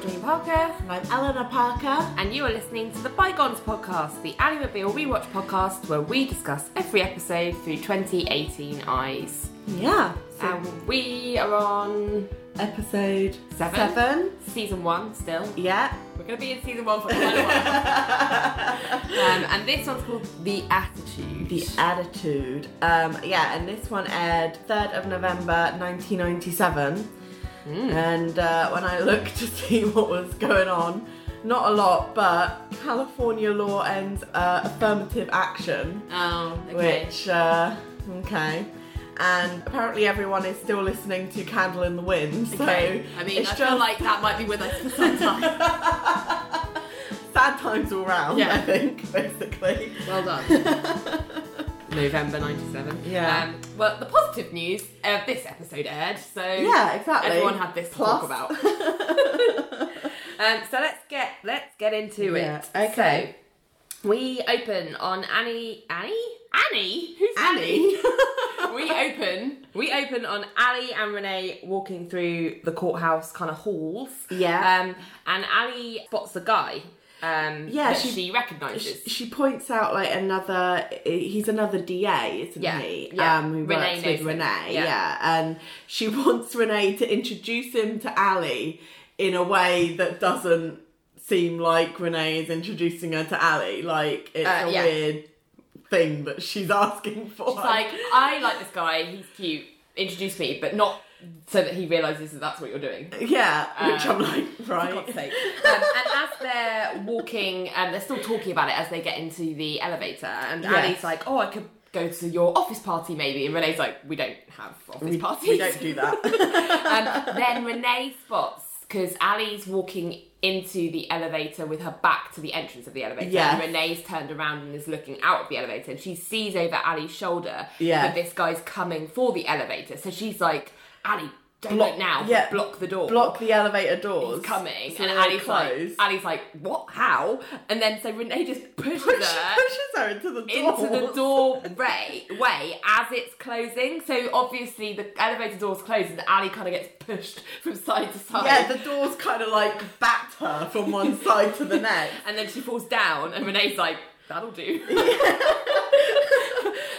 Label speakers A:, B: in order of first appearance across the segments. A: Parker.
B: And I'm Eleanor Parker.
A: And you are listening to the Bygones Podcast, the Animobile Rewatch podcast where we discuss every episode through 2018 eyes.
B: Yeah. So
A: And we are on
B: episode
A: Seven?
B: seven.
A: season one still.
B: Yeah.
A: We're going to be in season one for quite a while. Um, and this one's called The Attitude.
B: the attitude. Um, yeah, and this one aired 3rd of November 1997.
A: Hmm.
B: And uh, when I looked to see what was going on, not a lot, but California law ends uh, affirmative action.
A: Oh, okay.
B: Which, uh, okay. And apparently everyone is still listening to Candle in the Wind, so
A: okay. I mean, I
B: it's
A: feel
B: just
A: like that might be with us for some time.
B: sad times all round,
A: Yeah.
B: I think, basically.
A: well done. November 97.
B: Yeah.
A: Um, well, the positive news uh, this episode aired, so
B: Yeah, exactly.
A: everyone had this
B: Plus.
A: to talk about. Um, so let's get let's get into
B: Yeah,
A: it.
B: okay.
A: So we open on Annie Annie Annie. Who's
B: Annie.
A: we open we open on Ali and Renee walking through the courthouse kind of halls.
B: Yeah.
A: Um, and Ali spots the guy. Um,
B: Yeah,
A: that she,
B: she-
A: recognises.
B: She, she points out like another. He's another DA, isn't
A: Yeah,
B: he?
A: yeah.
B: Um, who
A: Renee
B: works
A: knows
B: with
A: him.
B: Renee.
A: Yeah.
B: Yeah. and she wants Renee to introduce him to Ali in a way that doesn't seem like Renee is introducing her to Ali. Like it's
A: Uh,
B: a
A: yeah.
B: weird thing that she's asking for.
A: She's like, I like this guy. He's cute. Introduce me, but not so that he realises that that's what you're doing.
B: yeah, which
A: Um,
B: I'm like,
A: For God's
B: right.
A: sake. Um, and as they're walking, um, they're still talking about it as they get into the elevator. And
B: Yes.
A: Ali's like, "Oh, I could go to your office party, maybe." And Renee's like, "We don't have office
B: We,
A: parties.
B: we don't do that.
A: um, then Renee spots because Ali's walking into the elevator with her back to the entrance of the elevator.
B: Yes.
A: And Renee's turned around and is looking out of the elevator, and she sees over Ali's shoulder
B: Yeah.
A: that this guy's coming for the elevator. So she's like, "Ali, don't
B: Block-
A: look now.
B: yeah,
A: block the door.
B: Block the elevator doors.
A: He's coming,
B: so
A: and
B: they're
A: Ali's
B: closed.
A: like, Ali's like, what? How? And then so Renee just pushes
B: Push-
A: her
B: pushes her into the door.
A: into the door ray, way as it's closing. So obviously the elevator door's closed, and Ali kind of gets pushed from side to side.
B: Yeah, the door's kind of like backed her from one side to the next.
A: and then she falls down, and Renee's like, "That'll do."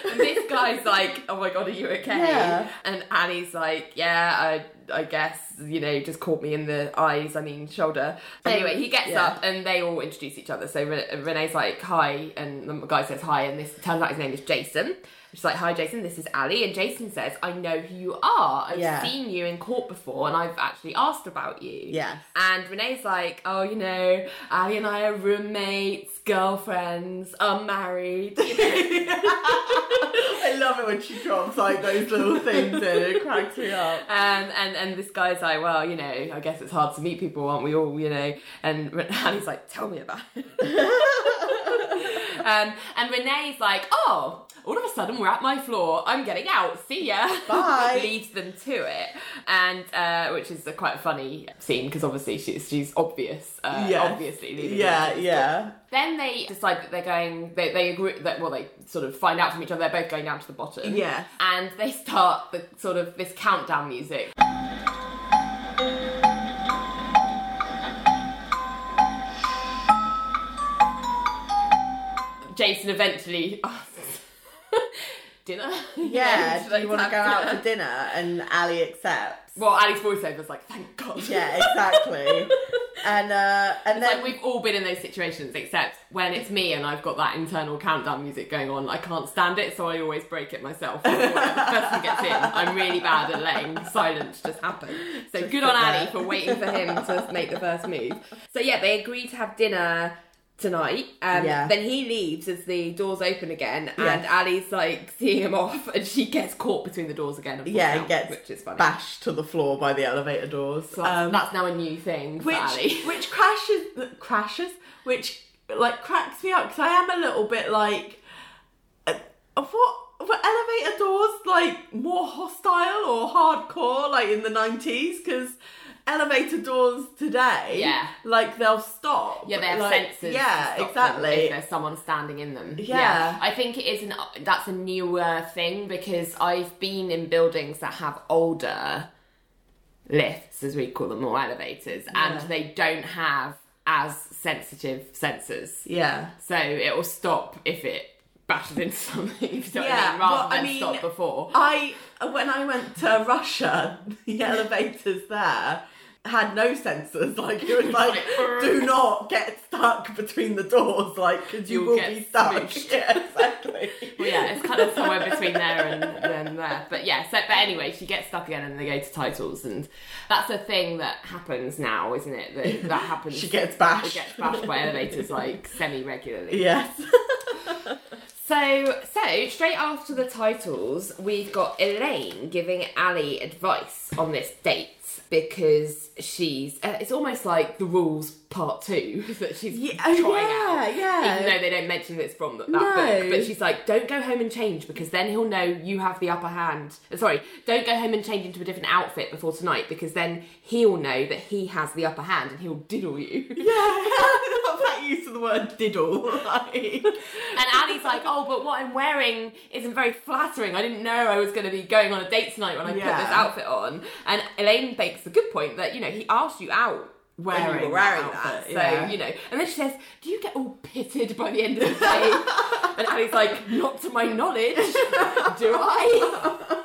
A: and this guy's like, "Oh my god, are you okay?"
B: Yeah.
A: And Annie's like, "Yeah, I, I guess you know, just caught me in the eyes. I mean, shoulder." Anyway, he gets
B: Yeah.
A: up, and they all introduce each other. So Ren- Renee's like, "Hi," and the guy says, "Hi," and this turns out his name is Jason. She's like, "Hi, Jason. This is Ali." And Jason says, "I know who you are. I've
B: Yeah.
A: seen you in court before, and I've actually asked about you."
B: Yes.
A: And Renee's like, oh, you know, Ali and I are roommates, girlfriends, unmarried. You know?
B: I love it when she drops like those little things in. It cracks me up.
A: um, and, and this guy's like, well, you know, I guess it's hard to meet people, aren't we all, you know? And Re- Ali's like, tell me about it. um, and Renee's like, oh, all of a sudden we're at my floor. I'm getting out. See ya.
B: Bye.
A: Leads them to it, and uh, which is a quite funny scene because obviously she's she's obvious. Uh,
B: Yes.
A: Obviously. leading them
B: Yeah,
A: to the
B: yeah.
A: Then they decide that they're going. They, they agree that well, they sort of find out from each other. They're both going down to the bottom.
B: Yeah.
A: And they start the sort of this countdown music. Jason eventually asks dinner.
B: Yeah,
A: Should
B: do
A: I
B: you want to
A: have
B: go out
A: dinner?
B: for dinner? And Ali accepts.
A: Well, Ali's voiceover's like, thank God.
B: Yeah, exactly. and uh, and
A: It's
B: then
A: like we've all been in those situations, except when it's me and I've got that internal countdown music going on, I can't stand it, so I always break it myself. before the person gets in, I'm really bad at letting silence just happen. So good on
B: sit
A: Ali
B: there.
A: for waiting for him to make the first move. So yeah, they agree to have dinner tonight. Um,
B: Yeah.
A: Then he leaves as the doors open again, and
B: Yeah.
A: Ali's like seeing him off, and she gets caught between the doors again. And falls
B: yeah,
A: down,
B: it gets
A: which is funny.
B: bashed to the floor by the elevator doors.
A: So that's- that's now a new thing for
B: Um, which
A: Ali.
B: which crashes crashes which like cracks me up because I am a little bit like uh, what were elevator doors like more hostile or hardcore like in the nineties because elevator doors today
A: Yeah.
B: like they'll stop
A: Yeah, they have
B: like,
A: sensors. to
B: yeah
A: stop them
B: exactly
A: if there's someone standing in them.
B: Yeah.
A: I think it is an that's a newer thing because I've been in buildings that have older lifts, as we call them, or elevators,
B: Yeah.
A: and they don't have as sensitive sensors.
B: Yeah.
A: So it will stop if it bashes into something, if you know what I
B: Yeah,
A: mean, rather
B: well, I
A: than
B: mean-
A: stop before.
B: I when I went to Russia, the elevators there had no sensors. Like it was like, do not get stuck between the doors, like because you
A: You'll
B: will
A: get
B: be stuck.
A: smooshed.
B: Yeah, exactly.
A: Well, yeah, it's kind of somewhere between there and then there. But yeah, so but anyway, she gets stuck again, and they go to titles, and that's a thing that happens now, isn't it? That that happens.
B: She gets bashed.
A: It gets bashed by elevators like semi regularly.
B: Yes.
A: So, so straight after the titles, we've got Elaine giving Ali advice on this date because she's. Uh, it's almost like the rules part two that she's
B: Yeah,
A: trying
B: yeah,
A: out.
B: yeah.
A: Even though they don't mention that it's from that
B: No.
A: book, but she's like, "Don't go home and change because then he'll know you have the upper hand." Uh, Sorry, don't go home and change into a different outfit before tonight because then he'll know that he has the upper hand and he'll diddle you.
B: Yeah, I love that use of the word diddle. Like,
A: And Ali's like, oh, but what I'm wearing isn't very flattering. I didn't know I was going to be going on a date tonight when I put
B: Yeah.
A: this outfit on. And Elaine makes the good point that, you know, he asked you out. When you
B: Wearing
A: were wearing
B: that
A: that,
B: outfit,
A: so
B: yeah.
A: you know, and then she says, "Do you get all pitted by the end of the day?" and Ali's like, "Not to my knowledge, do I?"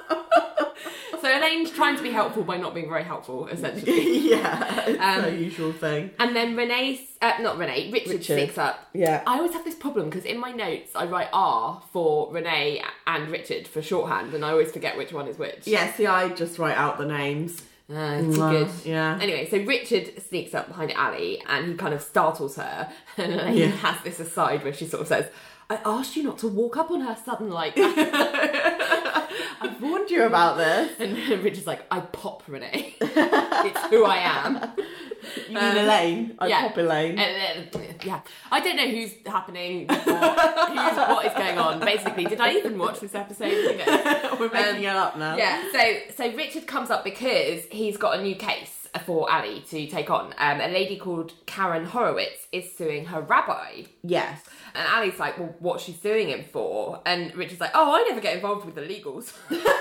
A: so Elaine's trying to be helpful by not being very helpful, essentially.
B: yeah, it's
A: Um,
B: the usual thing.
A: And then Renee, uh, not Renee, Richard,
B: Richard.
A: sticks up.
B: Yeah.
A: I always have this problem because in my notes I write R for Renee and Richard for shorthand, and I always forget which one is which.
B: Yeah, see, I just write out the names.
A: Uh, it's good.
B: Yeah.
A: Anyway, so Richard sneaks up behind Ali and he kind of startles her, and then he
B: Yeah.
A: has this aside where she sort of says, "I asked you not to walk up on her sudden like." that."
B: I've warned you about this.
A: and Richard's like, "I pop Renee. it's who I am."
B: You mean Elaine? I
A: Um, yeah. Uh,
B: pop Elaine.
A: And then- yeah, I don't know who's happening, what, who's, what is going on. Basically, did I even watch this episode? Who knows?
B: We're making it up now.
A: Yeah. So so Richard comes up because he's got a new case for Ali to take on. Um, a lady called Karen Horowitz is suing her rabbi.
B: Yes.
A: And Ali's like, well, what's she suing him for? And Richard's like, oh, I never get involved with the legals.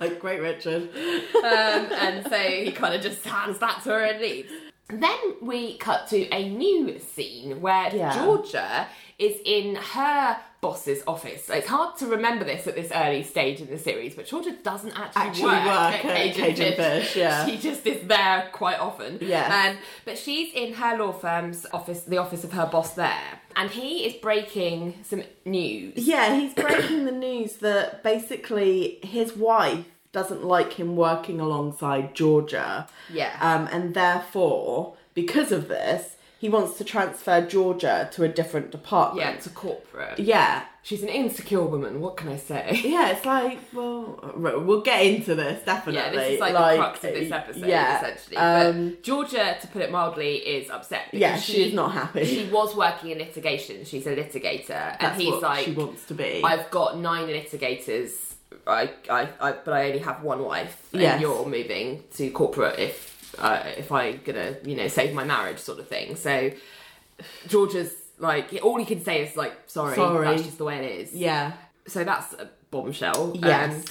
B: Like, great, Richard.
A: um, and so he kind of just hands that to her and leaves. Then we cut to a new scene where
B: Yeah.
A: Georgia is in her boss's office. It's hard to remember this at this early stage in the series, but Georgia doesn't actually,
B: Actually work at Cajun Fish, yeah.
A: She just is there quite often.
B: Yes.
A: Um, but she's in her law firm's office, the office of her boss there, and he is breaking some news.
B: Yeah, he's breaking the news that basically his wife doesn't like him working alongside Georgia.
A: Yeah.
B: Um, and therefore, because of this, he wants to transfer Georgia to a different department.
A: Yeah, it's a corporate.
B: Yeah.
A: She's an insecure woman, what can I say?
B: Yeah, it's like, well, right, we'll get into this, definitely.
A: Yeah, this is like, the crux of this episode,
B: yeah,
A: essentially.
B: Um,
A: but Georgia, to put it mildly, is upset. Because
B: yeah, she's not happy.
A: She was working in litigation. She's a litigator, and
B: That's
A: he's
B: what
A: like,
B: she wants to be.
A: "I've got nine litigators, I, I, I, but I only have one wife, and
B: Yes.
A: you're moving to corporate if, uh, if I'm gonna, you know, save my marriage, sort of thing." So Georgia's like, all he can say is like, "Sorry,
B: Sorry.
A: that's just the way it is."
B: yeah.
A: So that's a bombshell.
B: Yes.
A: Um,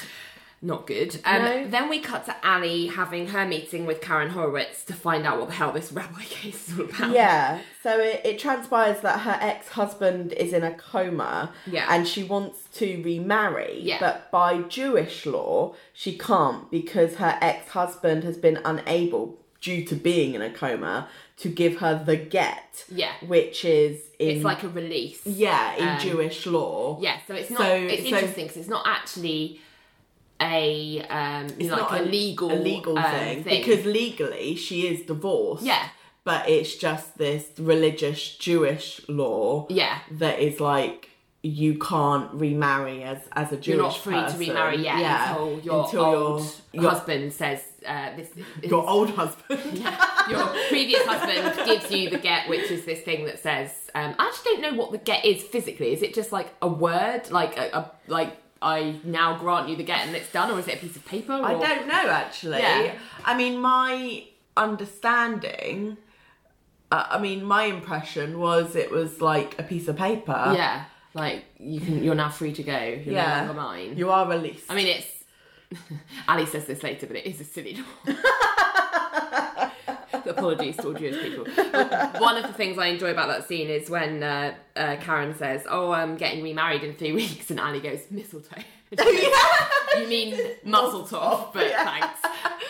A: not good. Um,
B: No.
A: Then we cut to Ali having her meeting with Karen Horowitz to find out what the hell this rabbi case is all about.
B: Yeah. So it, it transpires that her ex husband is in a coma.
A: Yeah.
B: And she wants to remarry.
A: Yeah.
B: But by Jewish law, she can't because her ex husband has been unable, due to being in a coma, to give her the get.
A: Yeah.
B: Which is in.
A: It's like a release.
B: Yeah, in
A: um,
B: Jewish law.
A: Yeah, so it's not.
B: So-
A: it's
B: so-
A: interesting because it's not actually a um, you know, like
B: not
A: a legal
B: a legal
A: um,
B: thing, because legally she is divorced.
A: Yeah.
B: But it's just this religious Jewish law.
A: Yeah.
B: That is like you can't remarry as as a Jewish
A: you're not free
B: person.
A: to remarry yet
B: Yeah.
A: until your
B: Until
A: old
B: your, your,
A: husband says uh, this.
B: your old husband.
A: your previous husband gives you the get, which is this thing that says, um, I actually don't know what the get is physically. Is it just like a word, like a, a like I now grant you the get and it's done, or is it a piece of paper? Or...
B: I don't know actually.
A: Yeah.
B: I mean, my understanding. Uh, I mean, my impression was it was like a piece of paper.
A: Yeah, like you can. You're now free to go. You're
B: Yeah.
A: no longer mine.
B: You are released.
A: I mean, it's. Ali says this later, but it is a silly law. Apologies to all Jewish people. One of the things I enjoy about that scene is when uh, uh, Karen says, "Oh, I'm getting remarried in three weeks," and Ali goes, "Mistletoe." And she goes, You mean muzzle top, but
B: Yeah.
A: thanks.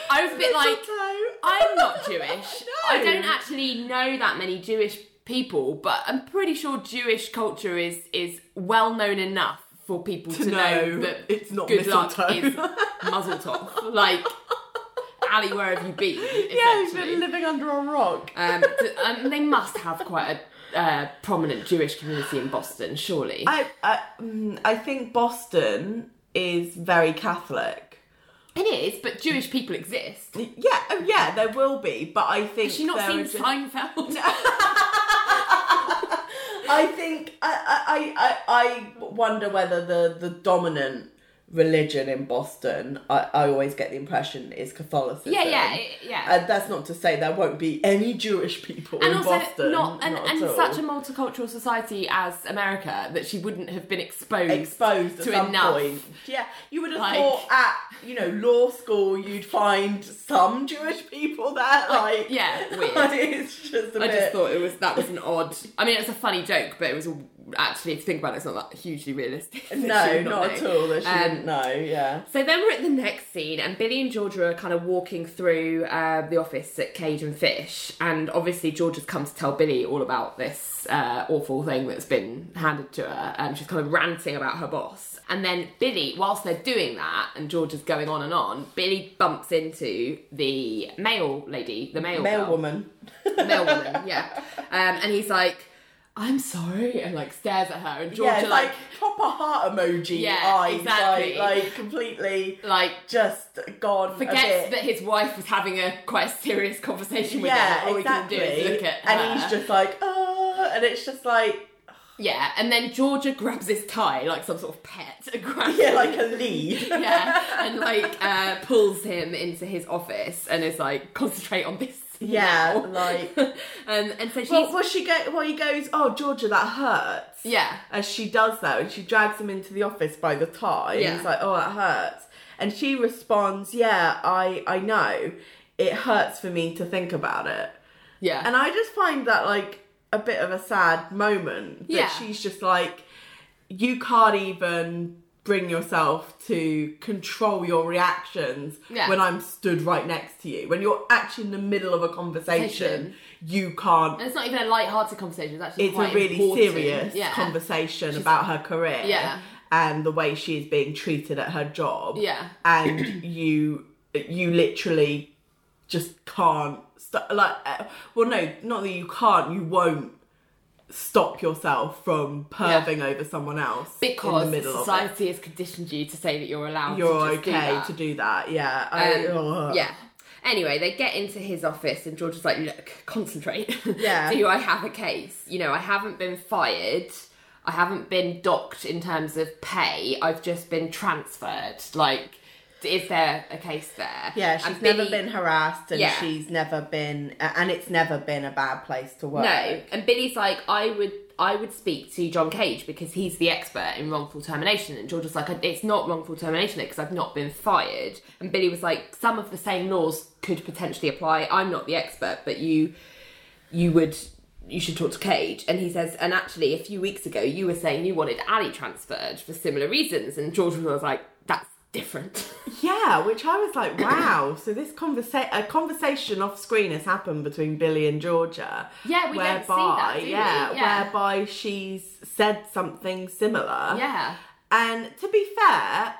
A: I was a bit like, I'm not Jewish. I don't actually know that many Jewish people, but I'm pretty sure Jewish culture is is well known enough for people to, know,
B: know
A: that
B: it's not
A: good luck
B: mistletoe.
A: is muzzle top. Like, Ali, where have you been?
B: Yeah, he's been
A: essentially?
B: living under a rock.
A: um, th- um, they must have quite a uh, prominent Jewish community in Boston, surely.
B: I, I, mm, I think Boston is very Catholic.
A: it is, but Jewish people exist.
B: Yeah, oh yeah, there will be, but I think
A: Has she not
B: there
A: seen
B: is a-
A: Seinfeld?
B: I think I, I, I, I wonder whether the, the dominant religion in Boston, I, I always get the impression is Catholicism.
A: Yeah, yeah, it- yeah.
B: And that's not to say there won't be any Jewish people in
A: and also
B: Boston.
A: not and,
B: not
A: and
B: at all.
A: such a multicultural society as America that she wouldn't have been exposed
B: exposed at
A: to
B: some
A: enough.
B: point. Yeah, you would have
A: Like-
B: thought at you know law school you'd find some Jewish people there. Like
A: yeah, weird.
B: it's just a
A: I
B: bit.
A: just thought it was that was an odd. I mean, it's a funny joke, but it was a, actually if you think about it, it's not that hugely realistic. They
B: no,
A: should
B: not at
A: know.
B: all. That she
A: Um,
B: didn't know. Yeah.
A: So then we're at the next scene, and Billy and Georgia are kind of walking through uh, the office at Cage and Fish, and obviously Georgia's come to tell Billy all about this uh, awful thing that's been handed to her. Um, she's kind of ranting about her boss, and then Billy, whilst they're doing that, and Georgia's going on and on, Billy bumps into the male lady, the male
B: Male
A: girl.
B: woman.
A: male woman, yeah, um, and he's like, "I'm sorry," and like stares at her, and
B: Yeah,
A: Georgia
B: it's like proper heart emoji
A: Yeah,
B: eyes,
A: exactly.
B: like, like completely
A: like
B: just gone. a
A: forgets
B: bit.
A: that his wife was having a quite serious conversation with
B: yeah,
A: him. All
B: exactly.
A: he can do is look at her.
B: and he's just like, oh, and it's just like,
A: yeah, and then Georgia grabs his tie like some sort of pet and grabs
B: yeah,
A: him.
B: like a lead.
A: yeah, and like uh, pulls him into his office and is like, concentrate on this.
B: Yeah,
A: now."
B: like-
A: um, and so she's
B: Well, well, she go. Well, he goes. Oh, Georgia, that hurts.
A: yeah,
B: As she does that, and she drags him into the office by the tie.
A: Yeah.
B: And he's like, "Oh, that hurts," and she responds, "Yeah, I, I know. It hurts for me to think about it."
A: yeah,
B: And I just find that like a bit of a sad moment that
A: Yeah.
B: she's just like, you can't even bring yourself to control your reactions
A: Yeah.
B: when I'm stood right next to you. When you're actually in the middle of a conversation,
A: Conversation.
B: you can't
A: and it's not even a light-hearted conversation. It's actually
B: it's
A: quite
B: a really
A: important.
B: serious
A: yeah.
B: conversation about her career
A: Yeah.
B: and the way she is being treated at her job.
A: Yeah.
B: And you you literally just can't st- like uh, well no, not that you can't, you won't stop yourself from perving over someone else in the
A: Because
B: middle of
A: society has conditioned you to say that you're allowed
B: it. You're
A: to just
B: okay
A: do that.
B: to do that. Yeah. I, oh.
A: Um,
B: ugh.
A: yeah. Anyway, they get into his office, and George is like, "Look, concentrate.
B: Yeah.
A: Do I have a case? You know, I haven't been fired. I haven't been docked in terms of pay. I've just been transferred. Like, is there a case there?
B: Yeah,
A: And
B: she's
A: Billy-
B: never been harassed and
A: Yeah.
B: she's never been uh, and it's never been a bad place to work.
A: No, and Billy's like, I would, I would speak to John Cage because he's the expert in wrongful termination. And George was like, it's not wrongful termination because I've not been fired. And Billy was like, some of the same laws could potentially apply. I'm not the expert, but you, you would. You should talk to Cage. And he says, and actually, a few weeks ago, you were saying you wanted Ali transferred for similar reasons. And George was like, that's different.
B: Yeah, which I was like, wow. so this conversation, a conversation off screen has happened between Billy and Georgia.
A: Yeah, we don't see that, do we?
B: yeah,
A: Yeah.
B: whereby she's said something similar.
A: yeah.
B: And to be fair,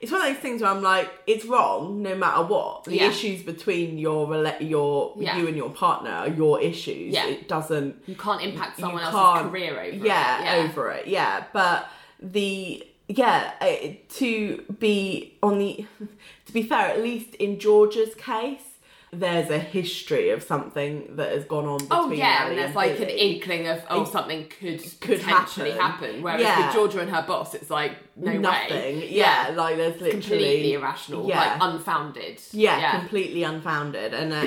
B: it's one of those things where I'm like, it's wrong no matter what. The
A: Yeah.
B: issues between your rela- your
A: Yeah.
B: you and your partner are your issues.
A: Yeah.
B: It doesn't
A: You can't impact someone
B: you
A: else's
B: can't-
A: career over
B: yeah,
A: it. Yeah.
B: over it. Yeah, but the yeah eh, to be on the to be fair, at least in Georgia's case, there's a history of something that has gone on. Between
A: Oh yeah,
B: Ali
A: and
B: and
A: there's like an
B: Billy.
A: inkling of oh something could
B: could
A: potentially happen.
B: happen.
A: Whereas
B: Yeah.
A: with Georgia and her boss, it's like no
B: nothing.
A: way,
B: Yeah, like there's literally
A: completely irrational,
B: Yeah.
A: like unfounded.
B: yeah, completely unfounded and uh,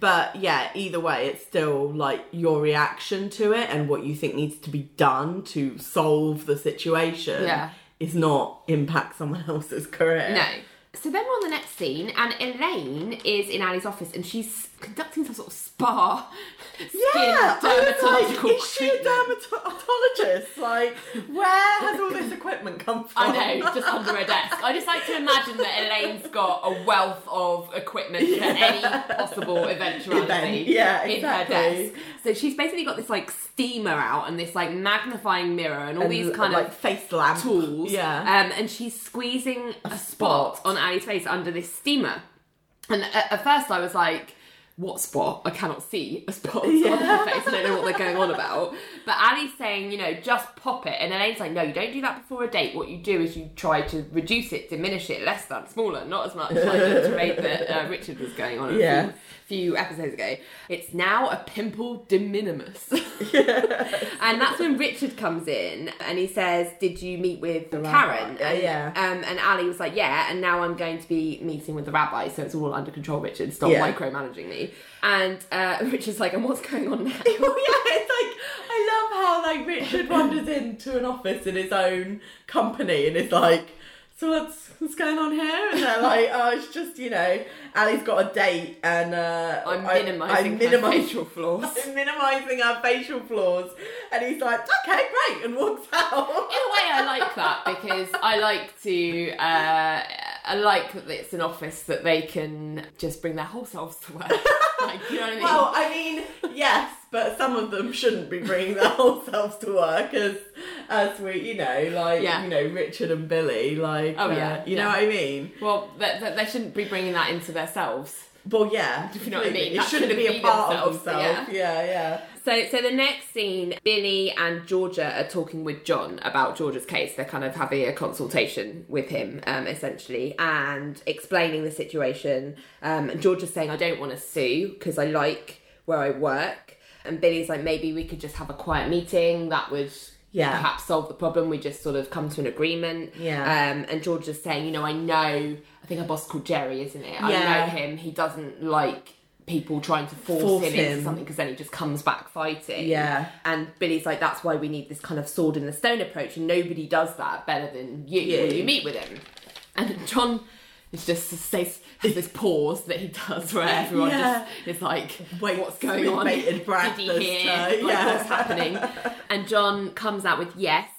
B: but yeah either way it's still like your reaction to it and what you think needs to be done to solve the situation
A: Yeah.
B: is not impact someone else's career
A: no. So then we're on the next scene, and Elaine is in Ali's office, and she's conducting some sort of spa skin
B: Yeah, I was
A: dermatological
B: like, is she a
A: treatment.
B: dermatologist? Like, where has all this equipment come from?
A: I know, just under a desk. I just like to imagine that Elaine's got a wealth of equipment for any possible eventuality
B: Event, yeah,
A: in her
B: exactly.
A: desk. So she's basically got this like steamer out and this like magnifying mirror and all
B: And,
A: these kind
B: like
A: of
B: face lamp
A: tools.
B: Yeah,
A: Um, and she's squeezing a, spot.
B: spot.
A: on Ali's face under this steamer. And at, at first I was like, what spot? I cannot see a spot on her face. I don't know what they're going on about. But Ali's saying, you know, just pop it. And Elaine's like, no, you don't do that before a date. What you do is you try to reduce it, diminish it, less than, smaller, not as much like the charade that uh, Richard was going on a
B: Yeah.
A: few, few episodes ago. It's now a pimple de minimis. And that's when Richard comes in and he says, Did you meet with
B: rabbi.
A: Karen?
B: Uh,
A: And,
B: yeah.
A: Um, and Ali was like, Yeah, and now I'm going to be meeting with the rabbi, so it's all under control, Richard. Stop
B: Yeah.
A: micromanaging me. And uh, Richard's like, And what's going on now?
B: Well,
A: Oh,
B: yeah, it's like I love how like Richard wanders into an office in his own company and is like, "So what's what's going on here?" And they're like, "Oh, it's just you know, Ali's got a date and uh,
A: I'm
B: I-
A: minimising
B: I'm
A: her
B: minimis-
A: facial flaws.
B: I'm minimising her facial flaws." And he's like, "Okay, great," and walks
A: in
B: out.
A: a way, I like that because I like to. Uh, I like that it's an office that they can just bring their whole selves to work. like, you know what I mean?
B: Well, I mean, yes, but some of them shouldn't be bringing their whole selves to work, as as we, you know, like
A: Yeah.
B: you know, Richard and Billy, like,
A: Oh,
B: uh,
A: yeah,
B: you
A: yeah.
B: know what I mean.
A: well, th- th- they shouldn't be bringing that into themselves.
B: Well, yeah,
A: you know what I
B: completely.
A: mean?
B: It
A: That
B: shouldn't
A: shouldn't
B: be
A: be
B: a part of
A: themselves,
B: themselves. Yeah, yeah.
A: So, so the next scene, Billy and Georgia are talking with John about Georgia's case. They're kind of having a consultation with him, um, essentially, and explaining the situation. Um, and Georgia's saying, "I don't want to sue because I like where I work." And Billy's like, "Maybe we could just have a quiet meeting. That would."
B: Yeah.
A: Perhaps solve the problem. We just sort of come to an agreement.
B: Yeah.
A: Um, and Georgia's saying, you know, I know. I think her boss called Jerry, isn't it? I
B: Yeah.
A: know him. He doesn't like people trying to force,
B: Force
A: him,
B: him.
A: into something because then he just comes back fighting.
B: Yeah.
A: And Billy's like, that's why we need this kind of sword in the stone approach, and nobody does that better than you when
B: Yeah.
A: you meet with him. And John is just says has this pause that he does where everyone
B: Yeah.
A: just is like,
B: Wait,
A: what's going
B: with
A: on?
B: bated breath
A: Did
B: as
A: he hear?
B: to-
A: Like,
B: yeah.
A: what's happening? And John comes out with yes,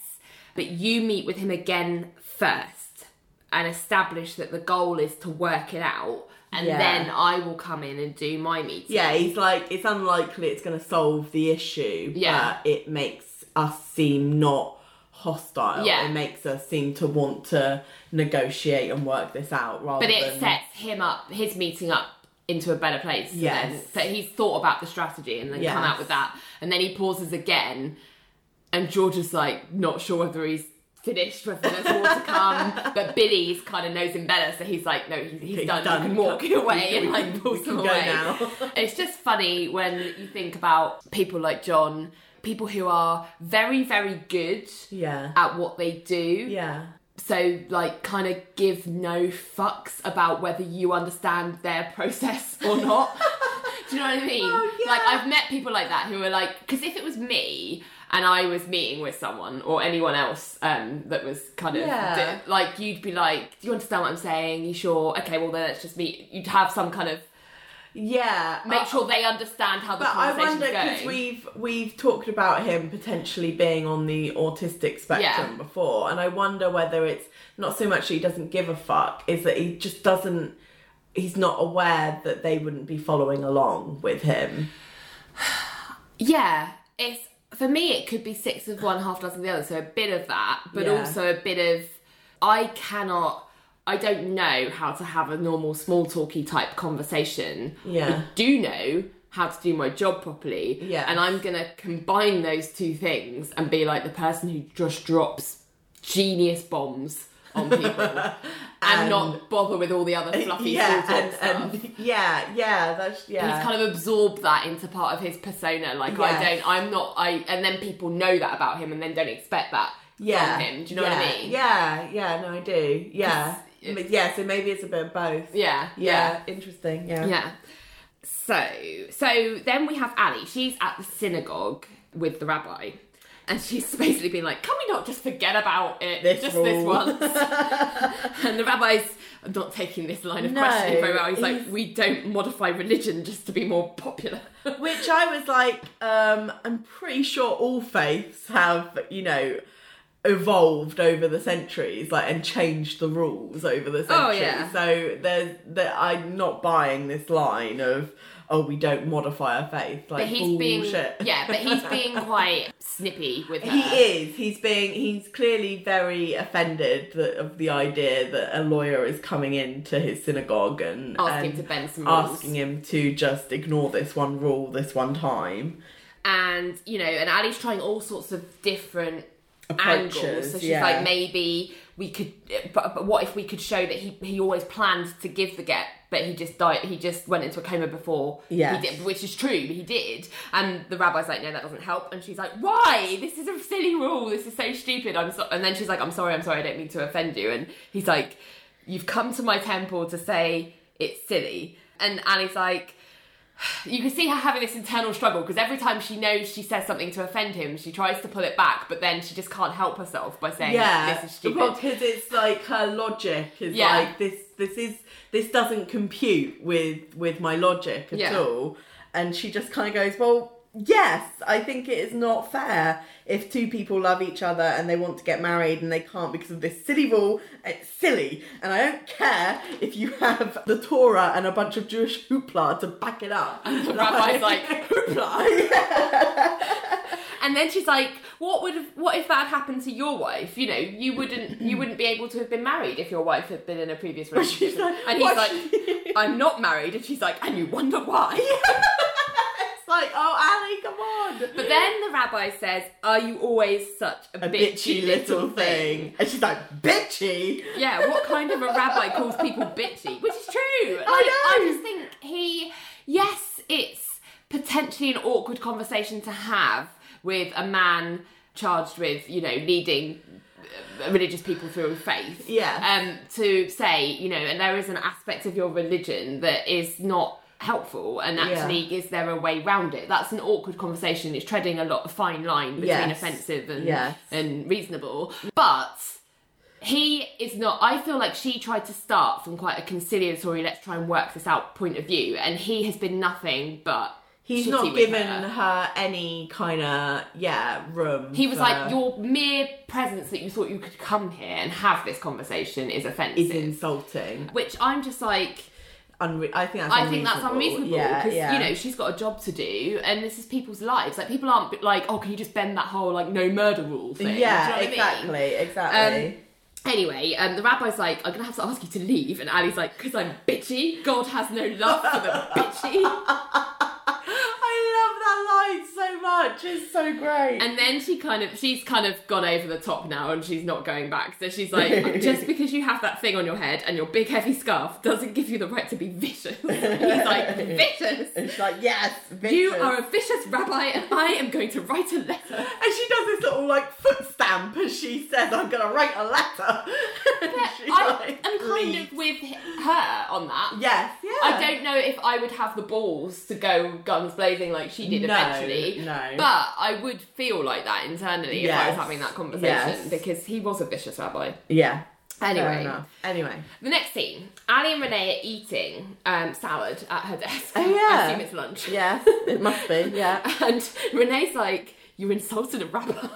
A: but you meet with him again first and establish that the goal is to work it out. And
B: Yeah.
A: then I will come in and do my meeting.
B: Yeah, he's like, it's unlikely it's going to solve the issue,
A: Yeah.
B: but it makes us seem not hostile.
A: Yeah.
B: It makes us seem to want to negotiate and work this out rather
A: But it
B: than.
A: sets him up, his meeting up into a better place.
B: Yes.
A: Then. So he's thought about the strategy and then come
B: Yes.
A: out with that. And then he pauses again, and George is like, not sure whether he's finished, whether there's more to come. But Billy's kind of knows him better, so he's like, no, he's, he's,
B: He's
A: done.
B: done.
A: You can walk
B: We-
A: away
B: we
A: and
B: can-
A: like
B: we
A: pulls
B: can
A: him
B: go
A: away.
B: now.
A: it's just funny when you think about people like John, people who are very, very good
B: yeah.
A: at what they do.
B: Yeah.
A: So, like, kind of give no fucks about whether you understand their process or not. Do you know what I mean?
B: Oh, yeah.
A: Like, I've met people like that who are like, because if it was me and I was meeting with someone or anyone else um, that was kind of
B: Yeah.
A: di- like, you'd be like, do you understand what I'm saying? You sure? Okay, well, then let's just meet. You'd have some kind of
B: Yeah.
A: make
B: Uh,
A: sure they understand how the
B: But I
A: conversation's
B: wonder because
A: going.
B: we've we've talked about him potentially being on the autistic spectrum
A: Yeah.
B: before, and I wonder whether it's not so much that he doesn't give a fuck, is that he just doesn't. He's not aware that they wouldn't be following along with him.
A: Yeah, it's for me. It could be six of one, half dozen of the other. So a bit of that, but
B: Yeah.
A: also a bit of I cannot. I don't know how to have a normal small talky type conversation.
B: Yeah.
A: I do know how to do my job properly.
B: Yes.
A: And I'm gonna combine those two things and be like the person who just drops genius bombs on people and, not bother with all the other fluffy
B: yeah,
A: small talk
B: and,
A: stuff
B: and yeah, yeah, that's yeah.
A: he's kind of absorbed that into part of his persona. Like I
B: Yes.
A: don't, I'm not, I, and then people know that about him, and then don't expect that
B: yeah,
A: from him. Do you know
B: yeah,
A: what I mean?
B: Yeah, yeah, no, I do. Yeah,
A: 'Cause it's-
B: But yeah. So maybe it's a bit of both.
A: yeah, yeah,
B: Yeah, interesting. Yeah,
A: yeah. So, so then we have Ali. She's at the synagogue with the rabbi. And she's basically been like, "Can we not just forget about it?
B: This
A: just
B: rule."
A: this once." and the rabbi's I'm not taking this line of
B: No,
A: questioning very well. He's like,
B: he's-
A: we don't modify religion just to be more popular.
B: Which I was like, um, I'm pretty sure all faiths have, you know, evolved over the centuries, like and changed the rules over the
A: Oh,
B: centuries.
A: yeah.
B: So there's that I'm not buying this line of oh we don't modify our faith. Like
A: but he's being
B: bullshit.
A: yeah, but he's being quite snippy with her.
B: He is. He's being. He's clearly very offended that, of the idea that a lawyer is coming into his synagogue and
A: asking
B: and
A: to bend some rules.
B: asking him to just ignore this one rule this one time.
A: and you know, and Ali's trying all sorts of different
B: Approaches,
A: angles. So she's
B: yeah.
A: like, maybe we could, but, but what if we could show that he he always planned to give the get, but he just died, he just went into a coma before.
B: Yes.
A: he did, which is true, he did. And the rabbi's like, no, that doesn't help. And she's like, why? This is a silly rule. This is so stupid. I'm so, and then she's like, I'm sorry, I'm sorry, I don't mean to offend you. And he's like, you've come to my temple to say it's silly. And Ali's like you can see her having this internal struggle because every time she knows she says something to offend him, she tries to pull it back, but then she just can't help herself by saying,
B: yeah,
A: "This is stupid."
B: because it's like her logic is
A: Yeah.
B: like this. This is this doesn't compute with with my logic at
A: Yeah.
B: all, and she just kind of goes, "Well, yes, I think it is not fair if two people love each other and they want to get married and they can't because of this silly rule. It's silly, and I don't care if you have the Torah and a bunch of Jewish hoopla to back it up." And
A: the rabbi's like,
B: "Hoopla."
A: And then she's like, "What would have, what if that had happened to your wife? You know, you wouldn't you wouldn't be able to have been married if your wife had been in a previous relationship."
B: she's like,
A: and he's
B: "What
A: like,
B: she-"
A: "I'm not married," and she's like, "And you wonder why?"
B: It's like, "Oh, Ali, come on!"
A: But then the rabbi says, "Are you always such a,
B: a bitchy, little thing. And she's like, bitchy?
A: Yeah, what kind of a rabbi calls people bitchy? Which is true. Like,
B: I know.
A: I just think he, yes, it's potentially an awkward conversation to have with a man charged with, you know, leading uh, religious people through faith.
B: Yeah.
A: Um, to say, you know, and there is an aspect of your religion that is not helpful and actually is there a way round it that's an awkward conversation it's treading a lot of fine line between
B: Yes.
A: offensive and
B: Yes.
A: and reasonable but he is not. I feel like she tried to start from quite a conciliatory, let's try and work this out point of view, and he has been nothing but.
B: He's
A: shitty
B: not
A: with
B: given her.
A: her.
B: any kind of, yeah, room.
A: He was
B: for-
A: like, Your mere presence that you thought you could come here and have this conversation is offensive.
B: is insulting.
A: Which I'm just like,
B: Unre- I think that's
A: I think that's unreasonable
B: Yeah,
A: because
B: yeah.
A: you know she's got a job to do, and this is people's lives. Like people aren't like, oh, can you just bend that whole like no murder rule thing? Do you know
B: yeah,
A: what I mean?
B: exactly, exactly.
A: Um, Anyway, um, the rabbi's like, I'm gonna have to ask you to leave, and Ali's like, because I'm bitchy. God has no love for the bitchy.
B: I love that line so much. It's so great.
A: And then she kind of, she's kind of gone over the top now, and she's not going back. So she's like, "Oh, just because you have that thing on your head and your big heavy scarf doesn't give you the right to be vicious. He's like, vicious.
B: And she's like, yes, vicious.
A: You are a vicious rabbi, and I am going to write a letter.
B: And she does this little like foot stamp as she says, I'm gonna write a letter. and she,
A: I am kind
B: leaves.
A: of with her on that.
B: Yes, yeah.
A: I don't know if I would have the balls to go guns blazing like she did
B: No,
A: eventually.
B: no.
A: But I would feel like that internally if I
B: Yes,
A: was having that conversation
B: yes.
A: because he was a vicious rabbi.
B: Yeah. fair
A: Anyway,
B: enough. Anyway.
A: the next scene Ali and Renee are eating um, salad at her desk.
B: Oh, yeah.
A: I assume it's lunch.
B: Yes, it must be. Yeah.
A: And Renee's like, You insulted a rabbi.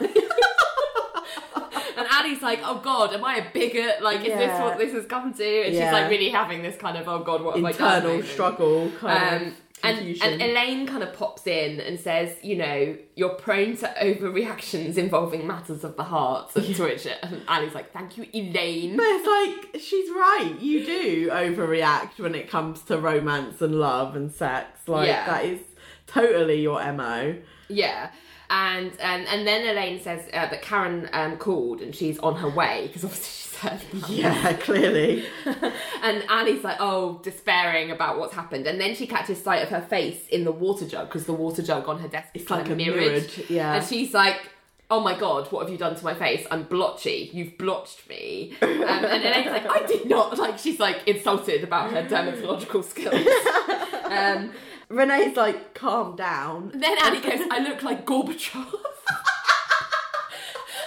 A: and Ali's like, Oh God, am I a bigot? Like, is this
B: Yeah.
A: what this has come to? And
B: Yeah.
A: she's like, really having this kind of, Oh God, what have I done?
B: Internal
A: moment.
B: struggle kind
A: Um,
B: of
A: and,
B: confusion.
A: and Elaine kind of pops in and says, you know, you're prone to overreactions involving matters of the heart. And to which um, Ali's like, thank you, Elaine.
B: but it's like she's right. You do overreact when it comes to romance and love and sex. Like
A: Yeah.
B: that is totally your mo.
A: Yeah. And um, and then Elaine says uh, that Karen um, called and she's on her way because obviously she's heard.
B: Yeah, clearly.
A: and Ali's like, oh, despairing about what's happened. And then she catches sight of her face in the water jug because the water jug on her desk is
B: It's
A: kind
B: like
A: of
B: a
A: mirrored.
B: mirrored, yeah.
A: And she's like, oh my god, what have you done to my face? I'm blotchy. You've blotched me. Um, and Elaine's like, I did not. Like, she's like insulted about her dermatological skills. Um,
B: Renee's like, calm down.
A: then Ali goes, I look like Gorbachev. and